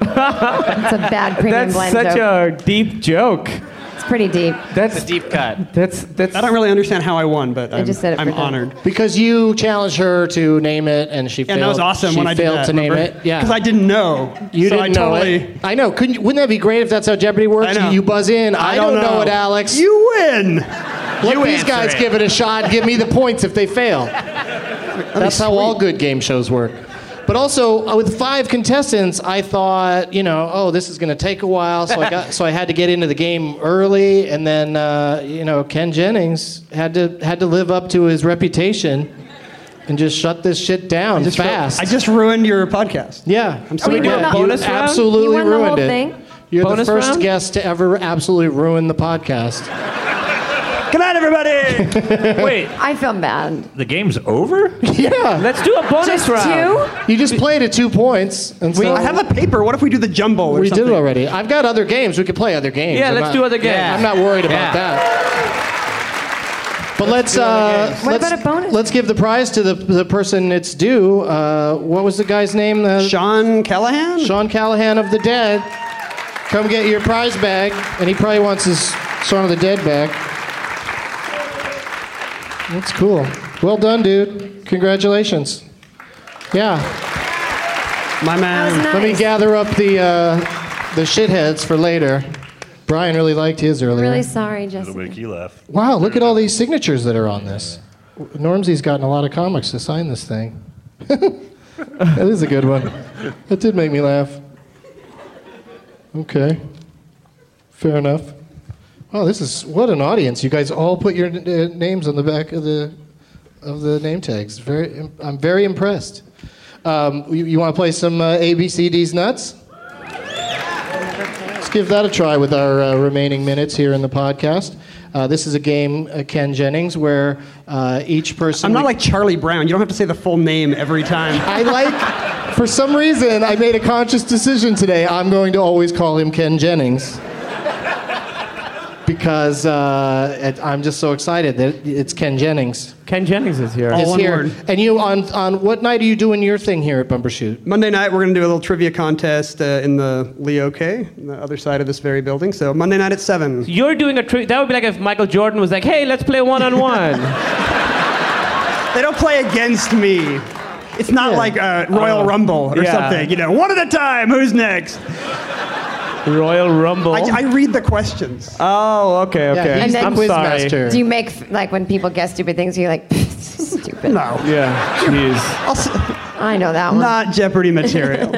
[SPEAKER 5] it's a bad premium
[SPEAKER 9] That's
[SPEAKER 5] blend.
[SPEAKER 9] such
[SPEAKER 5] joke.
[SPEAKER 9] a deep joke.
[SPEAKER 5] It's pretty deep.
[SPEAKER 9] That's
[SPEAKER 7] Deep cut.
[SPEAKER 9] that's that's.
[SPEAKER 8] I don't really understand how I won, but I'm,
[SPEAKER 5] just said it
[SPEAKER 8] I'm
[SPEAKER 5] for fun.
[SPEAKER 8] honored.
[SPEAKER 4] Because you challenged her to name it, and she
[SPEAKER 8] Yeah,
[SPEAKER 4] failed.
[SPEAKER 8] that was awesome
[SPEAKER 4] she
[SPEAKER 8] when I did
[SPEAKER 4] failed
[SPEAKER 8] that,
[SPEAKER 4] to name
[SPEAKER 8] remember?
[SPEAKER 4] it. Yeah,
[SPEAKER 8] Because I didn't know.
[SPEAKER 4] You
[SPEAKER 8] so
[SPEAKER 4] didn't
[SPEAKER 8] I
[SPEAKER 4] know
[SPEAKER 8] totally,
[SPEAKER 4] it. I know. Couldn't you, wouldn't that be great if that's how Jeopardy
[SPEAKER 8] I
[SPEAKER 4] works?
[SPEAKER 8] know.
[SPEAKER 4] You buzz in. I, don't, know. it, Alex.
[SPEAKER 8] You win.
[SPEAKER 4] Let
[SPEAKER 6] you
[SPEAKER 4] these
[SPEAKER 6] answer
[SPEAKER 4] guys
[SPEAKER 6] it.
[SPEAKER 4] give it a shot. Give me the points if they fail. That's how all good game shows work. But also uh, with five contestants, I thought, you know, oh, this is going to take a while, so I got, so I had to get into the game early, and then, uh, you know, Ken Jennings had to had to live up to his reputation and just shut this shit down
[SPEAKER 8] just ru-
[SPEAKER 4] fast.
[SPEAKER 8] I just ruined your podcast.
[SPEAKER 4] Yeah, I'm
[SPEAKER 8] so we doing
[SPEAKER 4] did.
[SPEAKER 8] the bonus
[SPEAKER 4] you
[SPEAKER 8] round?
[SPEAKER 4] absolutely
[SPEAKER 8] You won the
[SPEAKER 4] ruined
[SPEAKER 8] whole
[SPEAKER 4] it.
[SPEAKER 8] thing?
[SPEAKER 4] You're
[SPEAKER 8] Bonus
[SPEAKER 4] the first
[SPEAKER 8] round?
[SPEAKER 4] guest to ever absolutely ruin the podcast.
[SPEAKER 8] Good night, everybody.
[SPEAKER 6] Wait,
[SPEAKER 5] I feel bad.
[SPEAKER 6] the game's over?
[SPEAKER 4] yeah,
[SPEAKER 9] Let's do a bonus
[SPEAKER 5] Just
[SPEAKER 9] round.
[SPEAKER 5] two?
[SPEAKER 4] you just played at two points, and
[SPEAKER 8] Wait,
[SPEAKER 4] so
[SPEAKER 8] I have a paper. What if we do the jumbo? Or
[SPEAKER 4] we
[SPEAKER 8] something?
[SPEAKER 4] did it already. I've got other games. We could play other games.
[SPEAKER 9] Yeah,
[SPEAKER 4] I'm
[SPEAKER 9] let's
[SPEAKER 4] not-
[SPEAKER 9] do other games. Yeah.
[SPEAKER 4] I'm not worried about
[SPEAKER 9] Yeah.
[SPEAKER 4] that. But let's uh,
[SPEAKER 5] What
[SPEAKER 4] let's,
[SPEAKER 5] about a bonus?
[SPEAKER 4] let's give the prize to the, the person it's due. Uh, what was the guy's name? The,
[SPEAKER 8] Sean Callahan.
[SPEAKER 4] Sean Callahan of the Dead. Come get your prize bag, and he probably wants his Song of the Dead back. That's cool. Well done, dude. Congratulations. Yeah.
[SPEAKER 8] My
[SPEAKER 5] That was
[SPEAKER 9] Mm.
[SPEAKER 8] man.
[SPEAKER 5] nice.
[SPEAKER 4] Let me gather up the uh, the shitheads for later. Brian really liked his earlier.
[SPEAKER 5] Really sorry, Jessica.
[SPEAKER 6] Make you laugh.
[SPEAKER 4] Wow, look at all these signatures that are on this. Normsy's gotten a lot of comics to sign this thing. that is a good one. That did make me laugh. Okay. Fair enough. Wow, this is what an audience. You guys all put your n- uh, names on the back of the of the name tags. Very im- I'm very impressed. Um, you you want to play some uh, ABCD's nuts? Let's give that a try with our uh, remaining minutes here in the podcast. Uh, this is a game, uh, Ken Jennings, where uh, each person.
[SPEAKER 8] I'm not like Charlie Brown. You don't have to say the full name every time.
[SPEAKER 4] I like. For some reason, I made a conscious decision today. I'm going to always call him Ken Jennings. Because uh, it, I'm just so excited that it's Ken Jennings
[SPEAKER 9] Ken Jennings is here.
[SPEAKER 8] All
[SPEAKER 4] is
[SPEAKER 8] one
[SPEAKER 4] here.
[SPEAKER 8] word.
[SPEAKER 4] And you on on what night are you doing your thing here at Bumbershoot?
[SPEAKER 8] Monday night, we're going to do a little trivia contest uh, in the Leo K, on the other side of this very building. So Monday night at 7.
[SPEAKER 9] You're doing a trick. That would be like if Michael Jordan was like, hey, let's play one on one.
[SPEAKER 8] They don't play against me. It's not
[SPEAKER 4] Yeah.
[SPEAKER 8] like a Royal
[SPEAKER 9] Oh,
[SPEAKER 8] Rumble or
[SPEAKER 9] yeah.
[SPEAKER 8] something. You know, one at a time, who's next?
[SPEAKER 9] Royal Rumble.
[SPEAKER 8] I, I read the questions.
[SPEAKER 9] oh, okay, okay.
[SPEAKER 4] Yeah, he's
[SPEAKER 5] And then-
[SPEAKER 9] I'm
[SPEAKER 4] the quiz
[SPEAKER 9] sorry.
[SPEAKER 4] master.
[SPEAKER 5] Do you make f- like when people guess stupid things? You're like, stupid.
[SPEAKER 8] no.
[SPEAKER 9] Yeah, jeez.
[SPEAKER 8] I'll see,
[SPEAKER 5] I know that one.
[SPEAKER 8] not Jeopardy material.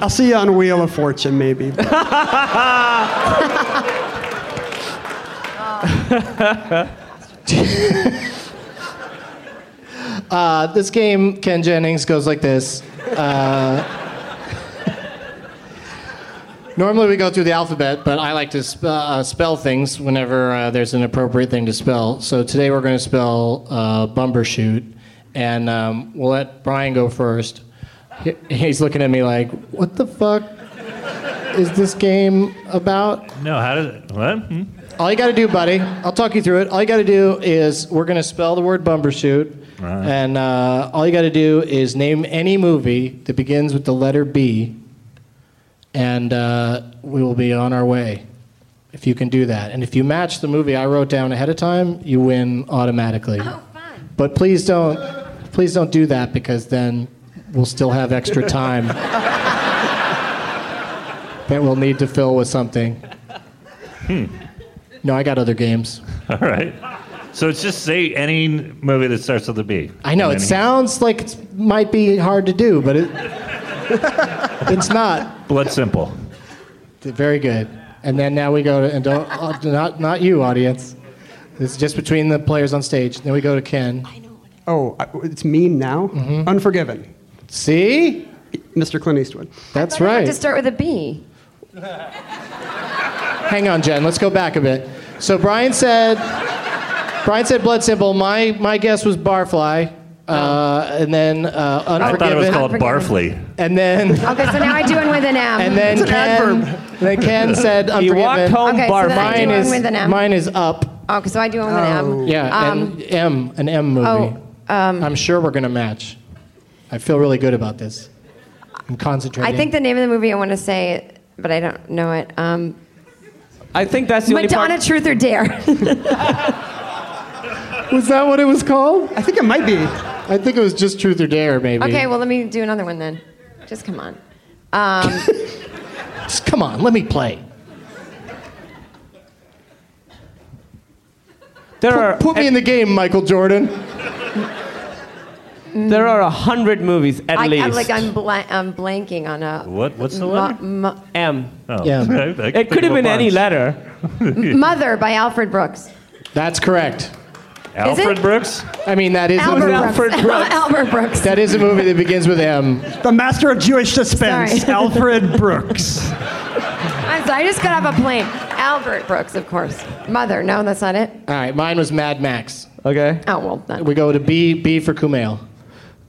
[SPEAKER 8] I'll see you on Wheel of Fortune, maybe.
[SPEAKER 4] Uh, this game, Ken Jennings, goes like this. Uh, normally we go through the alphabet, but I like to sp- uh, spell things whenever uh, there's an appropriate thing to spell. So today we're going to spell uh, bumbershoot, and um, we'll let Brian go first. He- he's looking at me like, what the fuck is this game about?
[SPEAKER 6] No, how did it? What? Hmm?
[SPEAKER 4] All you got to do, buddy, I'll talk you through it. All you got to do is we're going to spell the word bumbershoot.
[SPEAKER 6] Right.
[SPEAKER 4] And uh, all you got to do is name any movie that begins with the letter B, and uh, we will be on our way if you can do that. And if you match the movie I wrote down ahead of time, you win automatically. But please don't, please don't do that because then we'll still have extra time that we'll need to fill with something. No, I got other games.
[SPEAKER 6] All right. So it's just say any movie that starts with a B.
[SPEAKER 4] I know
[SPEAKER 6] And
[SPEAKER 4] it
[SPEAKER 6] then-
[SPEAKER 4] sounds like it might be hard to do, but it, it's not.
[SPEAKER 6] Blood simple.
[SPEAKER 4] Very good. And then now we go to and don't uh, not not you audience. This is just between the players on stage. Then we go to Ken.
[SPEAKER 8] Oh, I- it's mean now?
[SPEAKER 7] Mm-hmm.
[SPEAKER 8] Unforgiven.
[SPEAKER 4] See,
[SPEAKER 8] Mr. Clint Eastwood.
[SPEAKER 4] that's
[SPEAKER 5] I have
[SPEAKER 4] right.
[SPEAKER 5] to start with a B.
[SPEAKER 4] Hang on, Jen. Let's go back a bit. So Brian said, Brian said blood simple. My my guess was barfly, uh, and then uh,
[SPEAKER 6] Oh. I thought it
[SPEAKER 4] unforgiven,
[SPEAKER 6] was called
[SPEAKER 5] Unforgiven.
[SPEAKER 6] Barfley.
[SPEAKER 4] and then
[SPEAKER 5] Okay, so now I do one with an M.
[SPEAKER 4] and then
[SPEAKER 8] It's an
[SPEAKER 4] Ken,
[SPEAKER 8] adverb.
[SPEAKER 4] then Ken said
[SPEAKER 9] He
[SPEAKER 4] unforgiven.
[SPEAKER 9] walked home
[SPEAKER 5] Okay, so
[SPEAKER 9] bar
[SPEAKER 5] then I do
[SPEAKER 4] Mine
[SPEAKER 5] one
[SPEAKER 4] is
[SPEAKER 5] with an M.
[SPEAKER 4] mine is up.
[SPEAKER 5] okay, so Oh, I do one with an M.
[SPEAKER 4] Yeah,
[SPEAKER 5] Um,
[SPEAKER 4] and M, an M movie.
[SPEAKER 5] oh,
[SPEAKER 4] I'm sure we're gonna match. I feel really good about this. I'm concentrating.
[SPEAKER 5] I think the name of the movie I want to say, but I don't know it. Um,
[SPEAKER 9] I think that's the
[SPEAKER 5] Madonna,
[SPEAKER 9] only part.
[SPEAKER 5] Truth or Dare.
[SPEAKER 4] was that what it was called?
[SPEAKER 8] I think it might be.
[SPEAKER 4] I think it was just Truth or Dare, maybe.
[SPEAKER 5] okay, well let me do another one then. Just come on.
[SPEAKER 4] Just come on, let me play.
[SPEAKER 9] There are
[SPEAKER 4] Put me in the game, Michael Jordan.
[SPEAKER 9] there are a hundred movies at
[SPEAKER 5] I,
[SPEAKER 9] least.
[SPEAKER 5] I'm like I'm, bla- I'm blanking on a
[SPEAKER 6] What? What's the
[SPEAKER 5] Mo-
[SPEAKER 6] letter?
[SPEAKER 5] mo-
[SPEAKER 9] M.
[SPEAKER 6] Oh.
[SPEAKER 4] Yeah.
[SPEAKER 6] I- I can
[SPEAKER 9] It
[SPEAKER 6] think
[SPEAKER 9] could
[SPEAKER 6] of
[SPEAKER 9] have
[SPEAKER 6] a
[SPEAKER 9] been any
[SPEAKER 6] bunch.
[SPEAKER 9] letter.
[SPEAKER 5] Mother by Alfred Brooks.
[SPEAKER 4] That's correct.
[SPEAKER 6] Alfred Brooks?
[SPEAKER 4] I mean, that is a movie.
[SPEAKER 5] Albert Brooks.
[SPEAKER 4] That is a movie that begins with M.
[SPEAKER 8] The master of Jewish suspense,
[SPEAKER 5] Sorry.
[SPEAKER 8] Alfred Brooks.
[SPEAKER 5] I'm sorry, I just got off a plane. Albert Brooks, of course. Mother. No, that's not it.
[SPEAKER 4] All right, mine was Mad Max.
[SPEAKER 9] Okay.
[SPEAKER 5] Oh well, then.
[SPEAKER 4] We go to B, B for Kumail.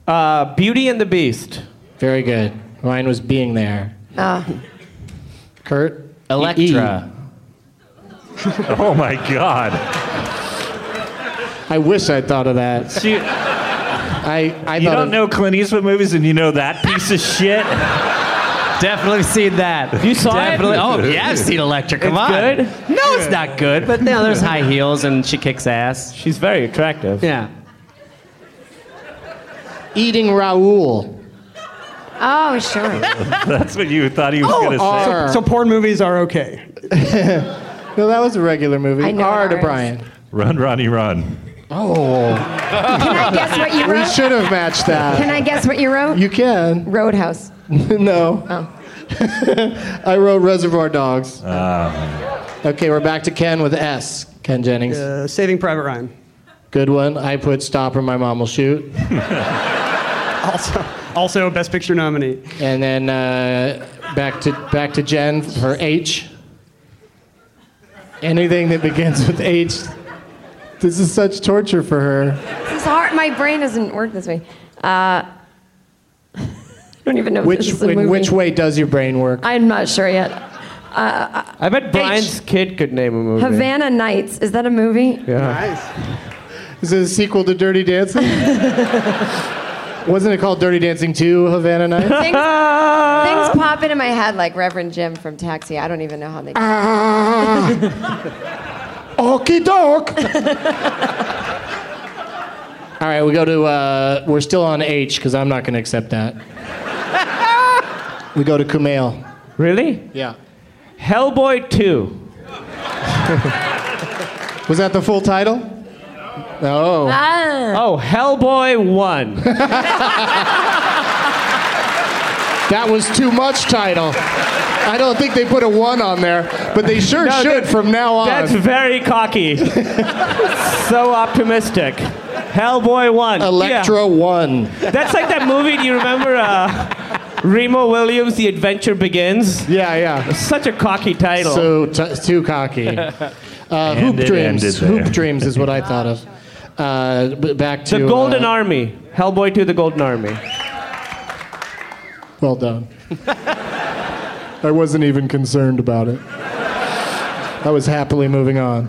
[SPEAKER 9] Uh, Beauty and the Beast.
[SPEAKER 4] Very good. Mine was being there.
[SPEAKER 5] Oh.
[SPEAKER 4] Kurt?
[SPEAKER 7] Electra.
[SPEAKER 6] Oh my God.
[SPEAKER 4] E. I wish I'd thought of that.
[SPEAKER 6] So you,
[SPEAKER 4] I, I
[SPEAKER 6] you
[SPEAKER 4] thought
[SPEAKER 6] don't
[SPEAKER 4] of,
[SPEAKER 6] know Clint Eastwood movies and you know that piece of shit?
[SPEAKER 7] Definitely seen that.
[SPEAKER 9] You saw it?
[SPEAKER 7] Definitely. Oh yeah, I've seen Electra. Come
[SPEAKER 9] It's
[SPEAKER 7] on.
[SPEAKER 9] good?
[SPEAKER 7] No, it's not good. But no, there's high heels and she kicks ass.
[SPEAKER 9] She's very attractive.
[SPEAKER 7] Yeah.
[SPEAKER 4] Eating Raoul.
[SPEAKER 5] Oh, sure.
[SPEAKER 6] That's what you thought he was going to
[SPEAKER 9] uh,
[SPEAKER 6] say.
[SPEAKER 4] R.
[SPEAKER 8] So porn movies are okay.
[SPEAKER 4] no, that was a regular movie.
[SPEAKER 5] I know
[SPEAKER 4] R to
[SPEAKER 5] ours.
[SPEAKER 4] Brian.
[SPEAKER 6] Run, Ronnie, run.
[SPEAKER 4] Oh,
[SPEAKER 5] Can I guess what you
[SPEAKER 4] we
[SPEAKER 5] wrote?
[SPEAKER 4] should have matched that.
[SPEAKER 5] Can I guess what you wrote?
[SPEAKER 4] You can.
[SPEAKER 5] Roadhouse.
[SPEAKER 4] no.
[SPEAKER 5] Oh.
[SPEAKER 4] I wrote Reservoir Dogs.
[SPEAKER 6] Ah,
[SPEAKER 4] Okay, we're back to Ken with S. Ken Jennings.
[SPEAKER 8] Uh, Saving Private Ryan.
[SPEAKER 4] Good one. I put Stop or My Mom Will Shoot.
[SPEAKER 8] Also, also Best Picture nominee.
[SPEAKER 4] And then uh, back to back to Jen for H. Anything that begins with H. This is such torture for her.
[SPEAKER 5] This is hard. My brain doesn't work this way. Uh, I don't even know if
[SPEAKER 4] Which
[SPEAKER 5] this is a
[SPEAKER 4] in
[SPEAKER 5] movie.
[SPEAKER 4] which way does your brain work?
[SPEAKER 5] I'm not sure yet.
[SPEAKER 9] I bet Brian's kid could name a movie.
[SPEAKER 5] Havana Nights. Is that a movie?
[SPEAKER 8] Nice.
[SPEAKER 4] Is it a sequel to Dirty Dancing? Wasn't it called Dirty Dancing 2 Havana Nights?
[SPEAKER 5] Things,
[SPEAKER 9] Uh,
[SPEAKER 5] things pop into my head like Reverend Jim from Taxi. I don't even know how they.
[SPEAKER 4] Okie doke. All right, we go to, uh, we're still on H because I'm not going to accept that. we go to Kumail.
[SPEAKER 9] Really?
[SPEAKER 4] Yeah.
[SPEAKER 9] Hellboy 2.
[SPEAKER 4] Was that the full title? No.
[SPEAKER 5] Ah.
[SPEAKER 9] Oh, Hellboy 1.
[SPEAKER 4] That was too much title. I don't think they put a one on there, but they sure
[SPEAKER 9] No,
[SPEAKER 4] should
[SPEAKER 9] that-
[SPEAKER 4] from now on.
[SPEAKER 9] That's very cocky. so optimistic. Hellboy 1. Yeah.
[SPEAKER 4] Electra 1.
[SPEAKER 9] That's like that movie, do you remember? Uh, Remo Williams, The Adventure Begins?
[SPEAKER 4] Yeah, yeah.
[SPEAKER 9] Such a cocky title.
[SPEAKER 4] So t- too cocky. Uh, hoop
[SPEAKER 6] it ended
[SPEAKER 4] dreams.
[SPEAKER 6] there.
[SPEAKER 4] Hoop dreams is what I thought of. Uh, b- back to
[SPEAKER 9] the Golden
[SPEAKER 4] uh,
[SPEAKER 9] Army. Hellboy 2, The Golden Army.
[SPEAKER 4] Well done. I wasn't even concerned about it. I was happily moving on.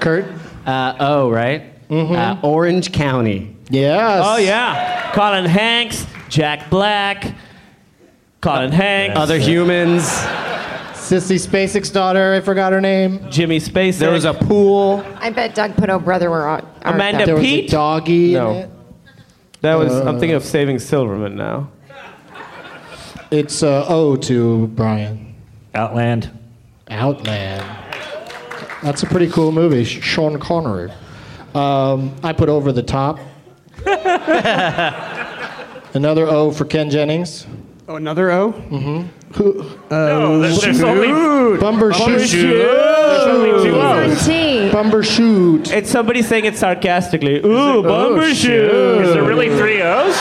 [SPEAKER 4] Kurt.
[SPEAKER 7] Uh, oh, right?
[SPEAKER 4] Mm-hmm.
[SPEAKER 7] Uh, Orange County.
[SPEAKER 4] Yes.
[SPEAKER 9] Oh, yeah. Colin Hanks, Jack Black, Colin Hanks,
[SPEAKER 7] Uh, Other humans.
[SPEAKER 4] Sissy Spacek's daughter. I forgot her name.
[SPEAKER 9] Jimmy Spacek.
[SPEAKER 7] There was a pool.
[SPEAKER 5] I bet Doug put Oh Brother Where Art. Art
[SPEAKER 9] Amanda
[SPEAKER 4] There
[SPEAKER 5] Thou-
[SPEAKER 4] was
[SPEAKER 9] Pete?
[SPEAKER 4] a doggy.
[SPEAKER 9] No.
[SPEAKER 4] In it.
[SPEAKER 9] That was. I'm thinking of Saving Silverman now.
[SPEAKER 4] It's uh, O to Brian.
[SPEAKER 6] Outland.
[SPEAKER 4] Outland. That's a pretty cool movie. Sh- Sean Connery. Um, I put over the top. Another O for Ken Jennings.
[SPEAKER 8] Oh, another O?
[SPEAKER 4] Who,
[SPEAKER 6] No, there's, there's only,
[SPEAKER 4] Oh,
[SPEAKER 6] there's
[SPEAKER 4] Bumbershoot.
[SPEAKER 6] only two O's.
[SPEAKER 5] It's on T.
[SPEAKER 4] Bumbershoot.
[SPEAKER 9] It's somebody saying it sarcastically. Ooh, bumper
[SPEAKER 4] shoot.
[SPEAKER 9] shoot.
[SPEAKER 6] Is there really three O's?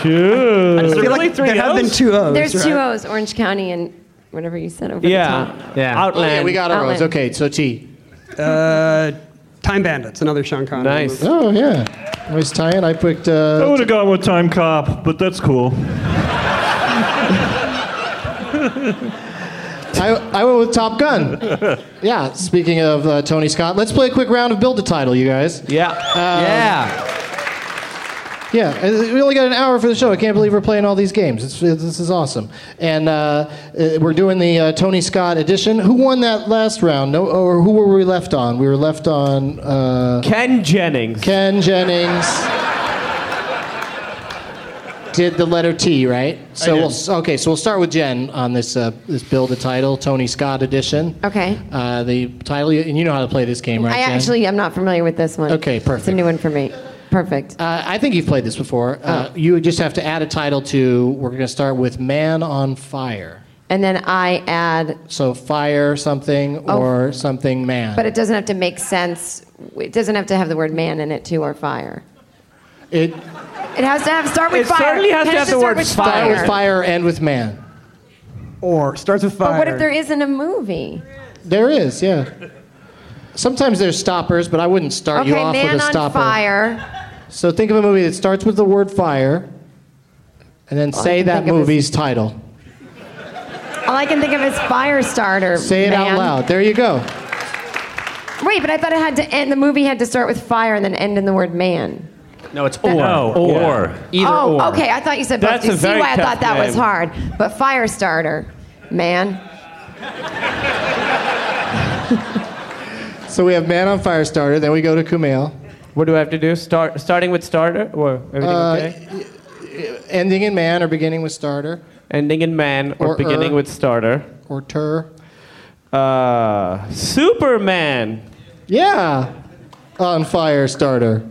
[SPEAKER 9] Is there
[SPEAKER 8] I feel
[SPEAKER 9] really
[SPEAKER 8] like
[SPEAKER 9] three
[SPEAKER 8] there have been
[SPEAKER 9] O's?
[SPEAKER 8] two O's.
[SPEAKER 5] There's
[SPEAKER 8] right?
[SPEAKER 5] two O's. Orange County and whatever you said over the top.
[SPEAKER 9] Yeah.
[SPEAKER 7] Yeah.
[SPEAKER 4] Oh, yeah,
[SPEAKER 9] Outland.
[SPEAKER 4] we got our O's.
[SPEAKER 5] Outland.
[SPEAKER 4] Okay, so T.
[SPEAKER 8] Uh, Time Bandits, another Sean Connery.
[SPEAKER 9] Nice.
[SPEAKER 8] movie.
[SPEAKER 4] Oh, yeah. Nice tie-in. I picked...
[SPEAKER 6] I
[SPEAKER 9] Oh,
[SPEAKER 4] Uh,
[SPEAKER 6] would have gone with Time Cop, but that's cool.
[SPEAKER 4] I, I went with Top Gun. yeah, speaking of uh, Tony Scott, let's play a quick round of Build a Title, you guys.
[SPEAKER 9] Yeah.
[SPEAKER 7] Uh, yeah.
[SPEAKER 4] Yeah, and we only got an hour for the show. I can't believe we're playing all these games. It's, this is awesome. And uh, uh, we're doing the uh, Tony Scott edition. Who won that last round? No, or who were we left on? We were left on uh,
[SPEAKER 9] Ken Jennings.
[SPEAKER 4] Ken Jennings. Did the letter T right? So
[SPEAKER 8] did.
[SPEAKER 4] we'll s- okay. So we'll start with Jen on this uh, this build a title Tony Scott edition.
[SPEAKER 5] Okay.
[SPEAKER 4] Uh, the title, and you know how to play this game, right?
[SPEAKER 5] I
[SPEAKER 4] Jen?
[SPEAKER 5] actually am not familiar with this one.
[SPEAKER 4] Okay,
[SPEAKER 5] It's a
[SPEAKER 4] perfect.
[SPEAKER 5] new one for me. Perfect.
[SPEAKER 4] Uh, I think you've played
[SPEAKER 5] Oh.
[SPEAKER 4] this before. Uh, you would just have to add a title to. We're going to start with Man on Fire.
[SPEAKER 5] and then I add,
[SPEAKER 4] So fire something or something man.
[SPEAKER 5] Oh. but it doesn't have to make sense. It doesn't have to have the word man in it too or fire.
[SPEAKER 4] It oh,
[SPEAKER 5] It has to have start with
[SPEAKER 9] It
[SPEAKER 5] fire.
[SPEAKER 9] certainly has to have the
[SPEAKER 5] start
[SPEAKER 9] word
[SPEAKER 5] with
[SPEAKER 4] start with fire, end with man.
[SPEAKER 8] Or starts with fire.
[SPEAKER 5] But what if there isn't a movie?
[SPEAKER 4] There is, yeah. Sometimes there's stoppers, but I wouldn't start
[SPEAKER 5] Okay,
[SPEAKER 4] you off
[SPEAKER 5] man
[SPEAKER 4] with a
[SPEAKER 5] on
[SPEAKER 4] stopper.
[SPEAKER 5] fire.
[SPEAKER 4] So think of a movie that starts with the word fire, and then
[SPEAKER 5] Oh, I
[SPEAKER 4] say
[SPEAKER 5] can
[SPEAKER 4] that
[SPEAKER 5] think of this-
[SPEAKER 4] movie's title.
[SPEAKER 5] All I can think of is fire starter.
[SPEAKER 4] Say it out
[SPEAKER 5] man.
[SPEAKER 4] loud. There you go.
[SPEAKER 5] Wait, but I thought it had to end. The movie had to start with fire and then end in the word man.
[SPEAKER 7] No, it's or.
[SPEAKER 6] No, or.
[SPEAKER 7] Either
[SPEAKER 5] oh,
[SPEAKER 7] or.
[SPEAKER 5] okay. I thought you said both.
[SPEAKER 9] That's
[SPEAKER 5] You
[SPEAKER 9] a
[SPEAKER 5] see
[SPEAKER 9] very
[SPEAKER 5] why I
[SPEAKER 9] tough
[SPEAKER 5] thought that was
[SPEAKER 9] name.
[SPEAKER 5] hard. But fire starter, man.
[SPEAKER 4] So we have man on fire starter. Then we go to Kumail,
[SPEAKER 9] What do I have to do? Start starting with starter or everything
[SPEAKER 4] Uh,
[SPEAKER 9] okay?
[SPEAKER 4] ending in man or beginning with starter
[SPEAKER 9] Ending in man or,
[SPEAKER 4] or
[SPEAKER 9] beginning
[SPEAKER 4] er.
[SPEAKER 9] with starter.
[SPEAKER 4] or tur.
[SPEAKER 9] Uh, Superman.
[SPEAKER 4] Yeah, on fire starter.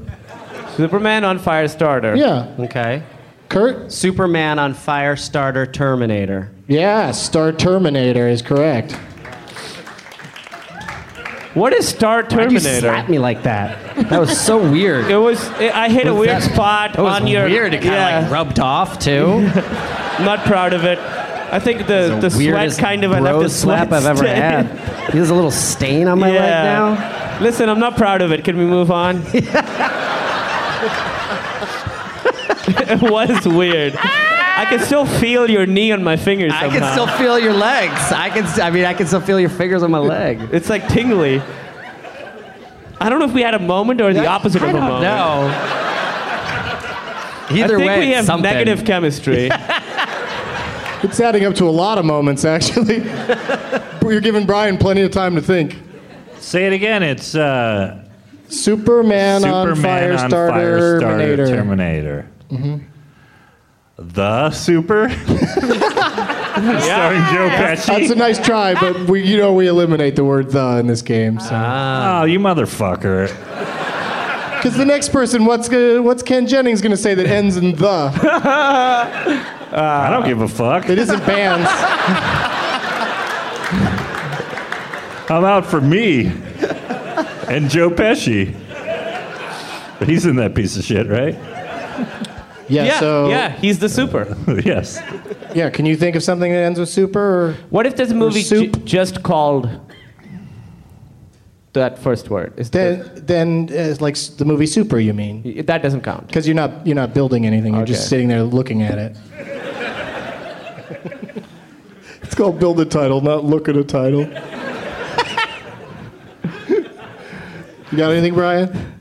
[SPEAKER 9] Superman on fire starter.
[SPEAKER 4] Yeah,
[SPEAKER 7] Okay.
[SPEAKER 4] Kurt.
[SPEAKER 7] Superman on fire starter Terminator.
[SPEAKER 4] Yeah, star Terminator is correct.
[SPEAKER 9] What is Star
[SPEAKER 7] Why'd you
[SPEAKER 9] Terminator?
[SPEAKER 7] slap me like that? That was so weird.
[SPEAKER 9] It was. It, I hit a
[SPEAKER 7] Was
[SPEAKER 9] weird
[SPEAKER 7] that-
[SPEAKER 9] spot
[SPEAKER 7] That was
[SPEAKER 9] on your.
[SPEAKER 7] weird. It kind of like rubbed off too.
[SPEAKER 9] Not proud of it. I think the the, sweat
[SPEAKER 7] weirdest
[SPEAKER 9] kind of I
[SPEAKER 7] bro
[SPEAKER 9] left a sweat
[SPEAKER 7] slap I've ever
[SPEAKER 9] stain.
[SPEAKER 7] had. He has a little stain on my leg now.
[SPEAKER 9] yeah. Listen, I'm not proud of it. Can we move on? it was weird. I can still feel your knee on my fingers.
[SPEAKER 7] I
[SPEAKER 9] somehow.
[SPEAKER 7] can still feel your legs. I can. I mean, I can still feel your fingers on my leg.
[SPEAKER 9] It's like tingly. I don't know if we had a moment or the opposite of a moment.
[SPEAKER 7] No.
[SPEAKER 9] I
[SPEAKER 7] Either
[SPEAKER 9] think
[SPEAKER 7] way,
[SPEAKER 9] we
[SPEAKER 7] it's
[SPEAKER 9] have
[SPEAKER 7] something.
[SPEAKER 9] negative chemistry.
[SPEAKER 4] It's adding up to a lot of moments, actually. You're giving Brian plenty of time to think.
[SPEAKER 6] Say it again. It's uh,
[SPEAKER 4] Superman,
[SPEAKER 6] Superman
[SPEAKER 4] on fire
[SPEAKER 6] on
[SPEAKER 4] starter
[SPEAKER 6] fire starter
[SPEAKER 4] Terminator. Mm-hmm.
[SPEAKER 6] Terminator. The Super. Starring Joe
[SPEAKER 4] That's a
[SPEAKER 6] Pesci.
[SPEAKER 4] nice try, but we, you know, we eliminate the word "the" in this game. So,
[SPEAKER 6] oh, you motherfucker.
[SPEAKER 4] because the next person, what's gonna, what's Ken Jennings gonna say that ends in "the"?
[SPEAKER 6] I don't give a fuck.
[SPEAKER 4] It isn't bands.
[SPEAKER 6] I'm out for me and Joe Pesci. He's in that piece of shit, right?
[SPEAKER 4] Yeah.
[SPEAKER 9] yeah,
[SPEAKER 4] so,
[SPEAKER 9] yeah, he's the super.
[SPEAKER 6] yes.
[SPEAKER 4] yeah. Can you think of something that ends with "super"? Or?
[SPEAKER 9] What if there's a movie ju-
[SPEAKER 4] soup.
[SPEAKER 9] just called that first word? Is
[SPEAKER 4] Then, then uh, like s- the movie Super, you mean?
[SPEAKER 9] the- that doesn't count.
[SPEAKER 4] Because you're not you're not building anything. You're just
[SPEAKER 9] Okay.
[SPEAKER 4] sitting there looking at it. it's called build a title, not look at a title. you got anything, Brian?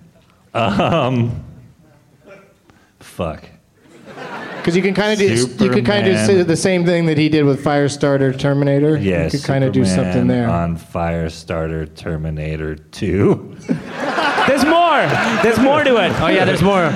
[SPEAKER 6] Um. Fuck.
[SPEAKER 4] Because you can kind of do you can kind of
[SPEAKER 6] Superman.
[SPEAKER 4] do the same thing that he did with Firestarter Terminator.
[SPEAKER 6] Yes.
[SPEAKER 4] you could kind of do
[SPEAKER 6] Superman
[SPEAKER 4] something there.
[SPEAKER 6] On Firestarter Terminator 2.
[SPEAKER 9] There's more. There's more to it.
[SPEAKER 7] Oh yeah, there's more.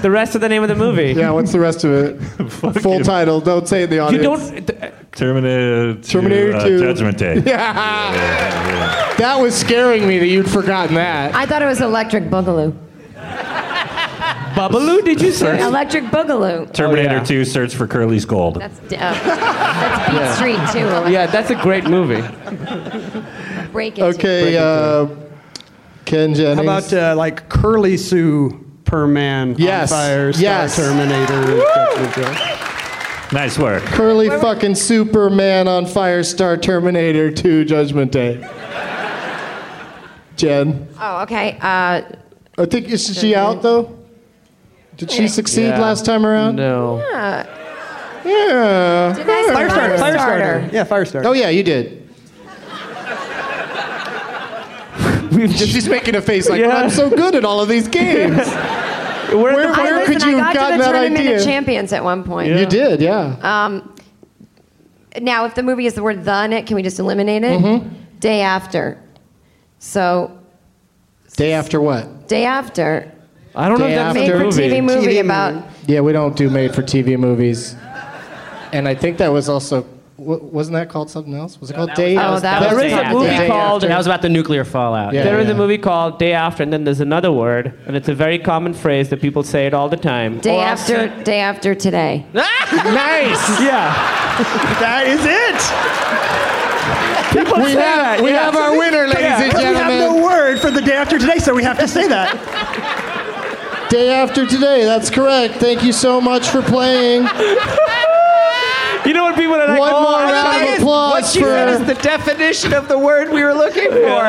[SPEAKER 9] The rest of the name of the movie.
[SPEAKER 4] Uh. yeah, what's the rest of it? Full title. Don't say it in the
[SPEAKER 9] You
[SPEAKER 4] audience.
[SPEAKER 9] don't. th-
[SPEAKER 6] Terminator 2.
[SPEAKER 4] Terminator Oh,
[SPEAKER 6] uh,
[SPEAKER 4] 2.
[SPEAKER 6] Judgment Day.
[SPEAKER 4] That was scaring me that you'd forgotten that.
[SPEAKER 5] I thought it was Electric Boogaloo.
[SPEAKER 9] Babalu, did you say?
[SPEAKER 5] Electric Boogaloo.
[SPEAKER 6] Terminator
[SPEAKER 9] Oh, yeah.
[SPEAKER 6] 2 Search for Curly's Gold.
[SPEAKER 5] That's uh, that's Beat Street too. or
[SPEAKER 9] Yeah, that's a great movie.
[SPEAKER 5] like Break it.
[SPEAKER 4] Okay, uh, Ken Jennings.
[SPEAKER 8] How about uh, like Curly Sue per man
[SPEAKER 4] Yes,
[SPEAKER 8] on fire, Star
[SPEAKER 4] yes.
[SPEAKER 8] Terminator, Judgment Day?
[SPEAKER 6] Nice work.
[SPEAKER 4] Curly fucking Superman on Fire Star Terminator 2 Judgment Day. Jen,
[SPEAKER 5] Oh, okay. Uh,
[SPEAKER 4] I think is she out though? Did she succeed
[SPEAKER 9] Yeah.
[SPEAKER 4] last time around?
[SPEAKER 9] No.
[SPEAKER 4] Yeah.
[SPEAKER 5] did I say
[SPEAKER 8] Firestarter,
[SPEAKER 5] Firestarter?
[SPEAKER 8] Firestarter. Yeah, Firestarter.
[SPEAKER 4] Oh yeah, you did.
[SPEAKER 9] We've just,
[SPEAKER 4] She's making a face like
[SPEAKER 9] Yeah.
[SPEAKER 4] I'm so good at all of these games.
[SPEAKER 9] we're at
[SPEAKER 4] Where-
[SPEAKER 9] the-
[SPEAKER 5] I,
[SPEAKER 4] where
[SPEAKER 5] listen,
[SPEAKER 4] could you
[SPEAKER 5] I
[SPEAKER 4] have gotten
[SPEAKER 5] got to the
[SPEAKER 4] that
[SPEAKER 5] tournament
[SPEAKER 4] idea?
[SPEAKER 5] of champions at one point.
[SPEAKER 4] You did, yeah.
[SPEAKER 5] Um, now, if the movie is the word "the" in it, can we just eliminate it?
[SPEAKER 4] Mm-hmm.
[SPEAKER 5] Day after. So,
[SPEAKER 4] Day after what?
[SPEAKER 5] day after.
[SPEAKER 9] I don't know if
[SPEAKER 4] Day
[SPEAKER 9] that's
[SPEAKER 4] After
[SPEAKER 5] Made
[SPEAKER 9] a
[SPEAKER 5] for
[SPEAKER 9] movie.
[SPEAKER 5] TV movie
[SPEAKER 8] TV
[SPEAKER 5] about.
[SPEAKER 8] movie.
[SPEAKER 4] Yeah, we don't do made for TV movies. And I think that was also wa- wasn't that called something else? Was it called Day
[SPEAKER 5] was-
[SPEAKER 4] After?
[SPEAKER 5] Oh, that was
[SPEAKER 9] There is
[SPEAKER 5] Day
[SPEAKER 9] a
[SPEAKER 5] After.
[SPEAKER 9] movie
[SPEAKER 4] Day
[SPEAKER 9] called.
[SPEAKER 4] After.
[SPEAKER 7] That was about the nuclear fallout.
[SPEAKER 4] Yeah.
[SPEAKER 9] There is a movie called Day After, and then there's another word, and it's a very common phrase
[SPEAKER 4] Oh,
[SPEAKER 9] that people say it all the time.
[SPEAKER 5] Day
[SPEAKER 9] Or I'll
[SPEAKER 5] after,
[SPEAKER 9] say-
[SPEAKER 5] day after today.
[SPEAKER 9] nice. Yeah.
[SPEAKER 10] that is it. People
[SPEAKER 4] We
[SPEAKER 10] say
[SPEAKER 4] have-
[SPEAKER 10] that.
[SPEAKER 4] we have our winner, ladies and
[SPEAKER 10] But We have
[SPEAKER 4] gentlemen.
[SPEAKER 10] no word for the day after today, so we have to say that.
[SPEAKER 4] Day after today, that's correct. Thank you so much for playing.
[SPEAKER 9] You know what people are like?
[SPEAKER 4] One
[SPEAKER 9] oh,
[SPEAKER 4] more
[SPEAKER 9] I
[SPEAKER 4] round
[SPEAKER 9] like
[SPEAKER 4] of
[SPEAKER 9] it.
[SPEAKER 4] applause
[SPEAKER 10] she said is
[SPEAKER 4] for
[SPEAKER 10] the definition of the word we were looking for.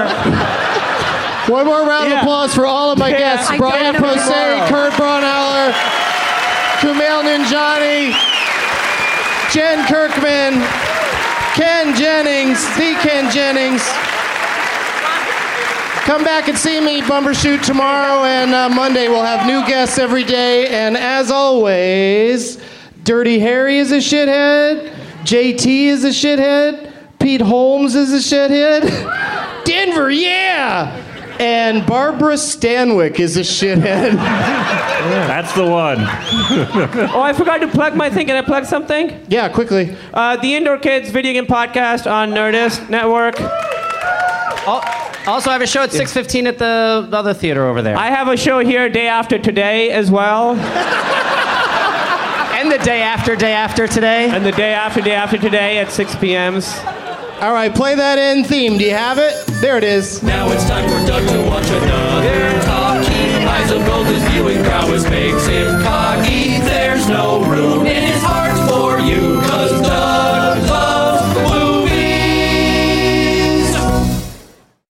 [SPEAKER 4] one more round of
[SPEAKER 9] Yeah.
[SPEAKER 4] applause for all of my
[SPEAKER 9] Yeah.
[SPEAKER 4] guests:
[SPEAKER 5] I
[SPEAKER 4] Brian
[SPEAKER 5] don't know
[SPEAKER 4] Posey,
[SPEAKER 5] tomorrow.
[SPEAKER 4] Kurt Braunauer, Kumail Ninjani, Jen Kirkman, Ken Jennings, the Ken Jennings. Come back and see me, Bumbershoot, tomorrow and uh, Monday. We'll have new guests every day. And as always, Dirty Harry is a shithead. JT is a shithead. Pete Holmes is a shithead. Denver, yeah! And Barbara Stanwyck is a shithead.
[SPEAKER 6] That's the one.
[SPEAKER 9] Oh, I forgot to plug my thing. Can I plug something?
[SPEAKER 4] yeah, quickly.
[SPEAKER 9] Uh, the Indoor Kids Video Game Podcast on Nerdist Network.
[SPEAKER 7] Also, I have a show at 6:15 at the other theater over there,
[SPEAKER 9] I have a show here day after today as well.
[SPEAKER 7] and the day after, day after today.
[SPEAKER 9] And the day after day after today at 6 p.m.
[SPEAKER 4] All right, play that in theme. Do you have it? There it is.
[SPEAKER 2] Now it's time for Doug to watch another talkie. Eyes of gold, his viewing prowess makes him cocky. There's no room in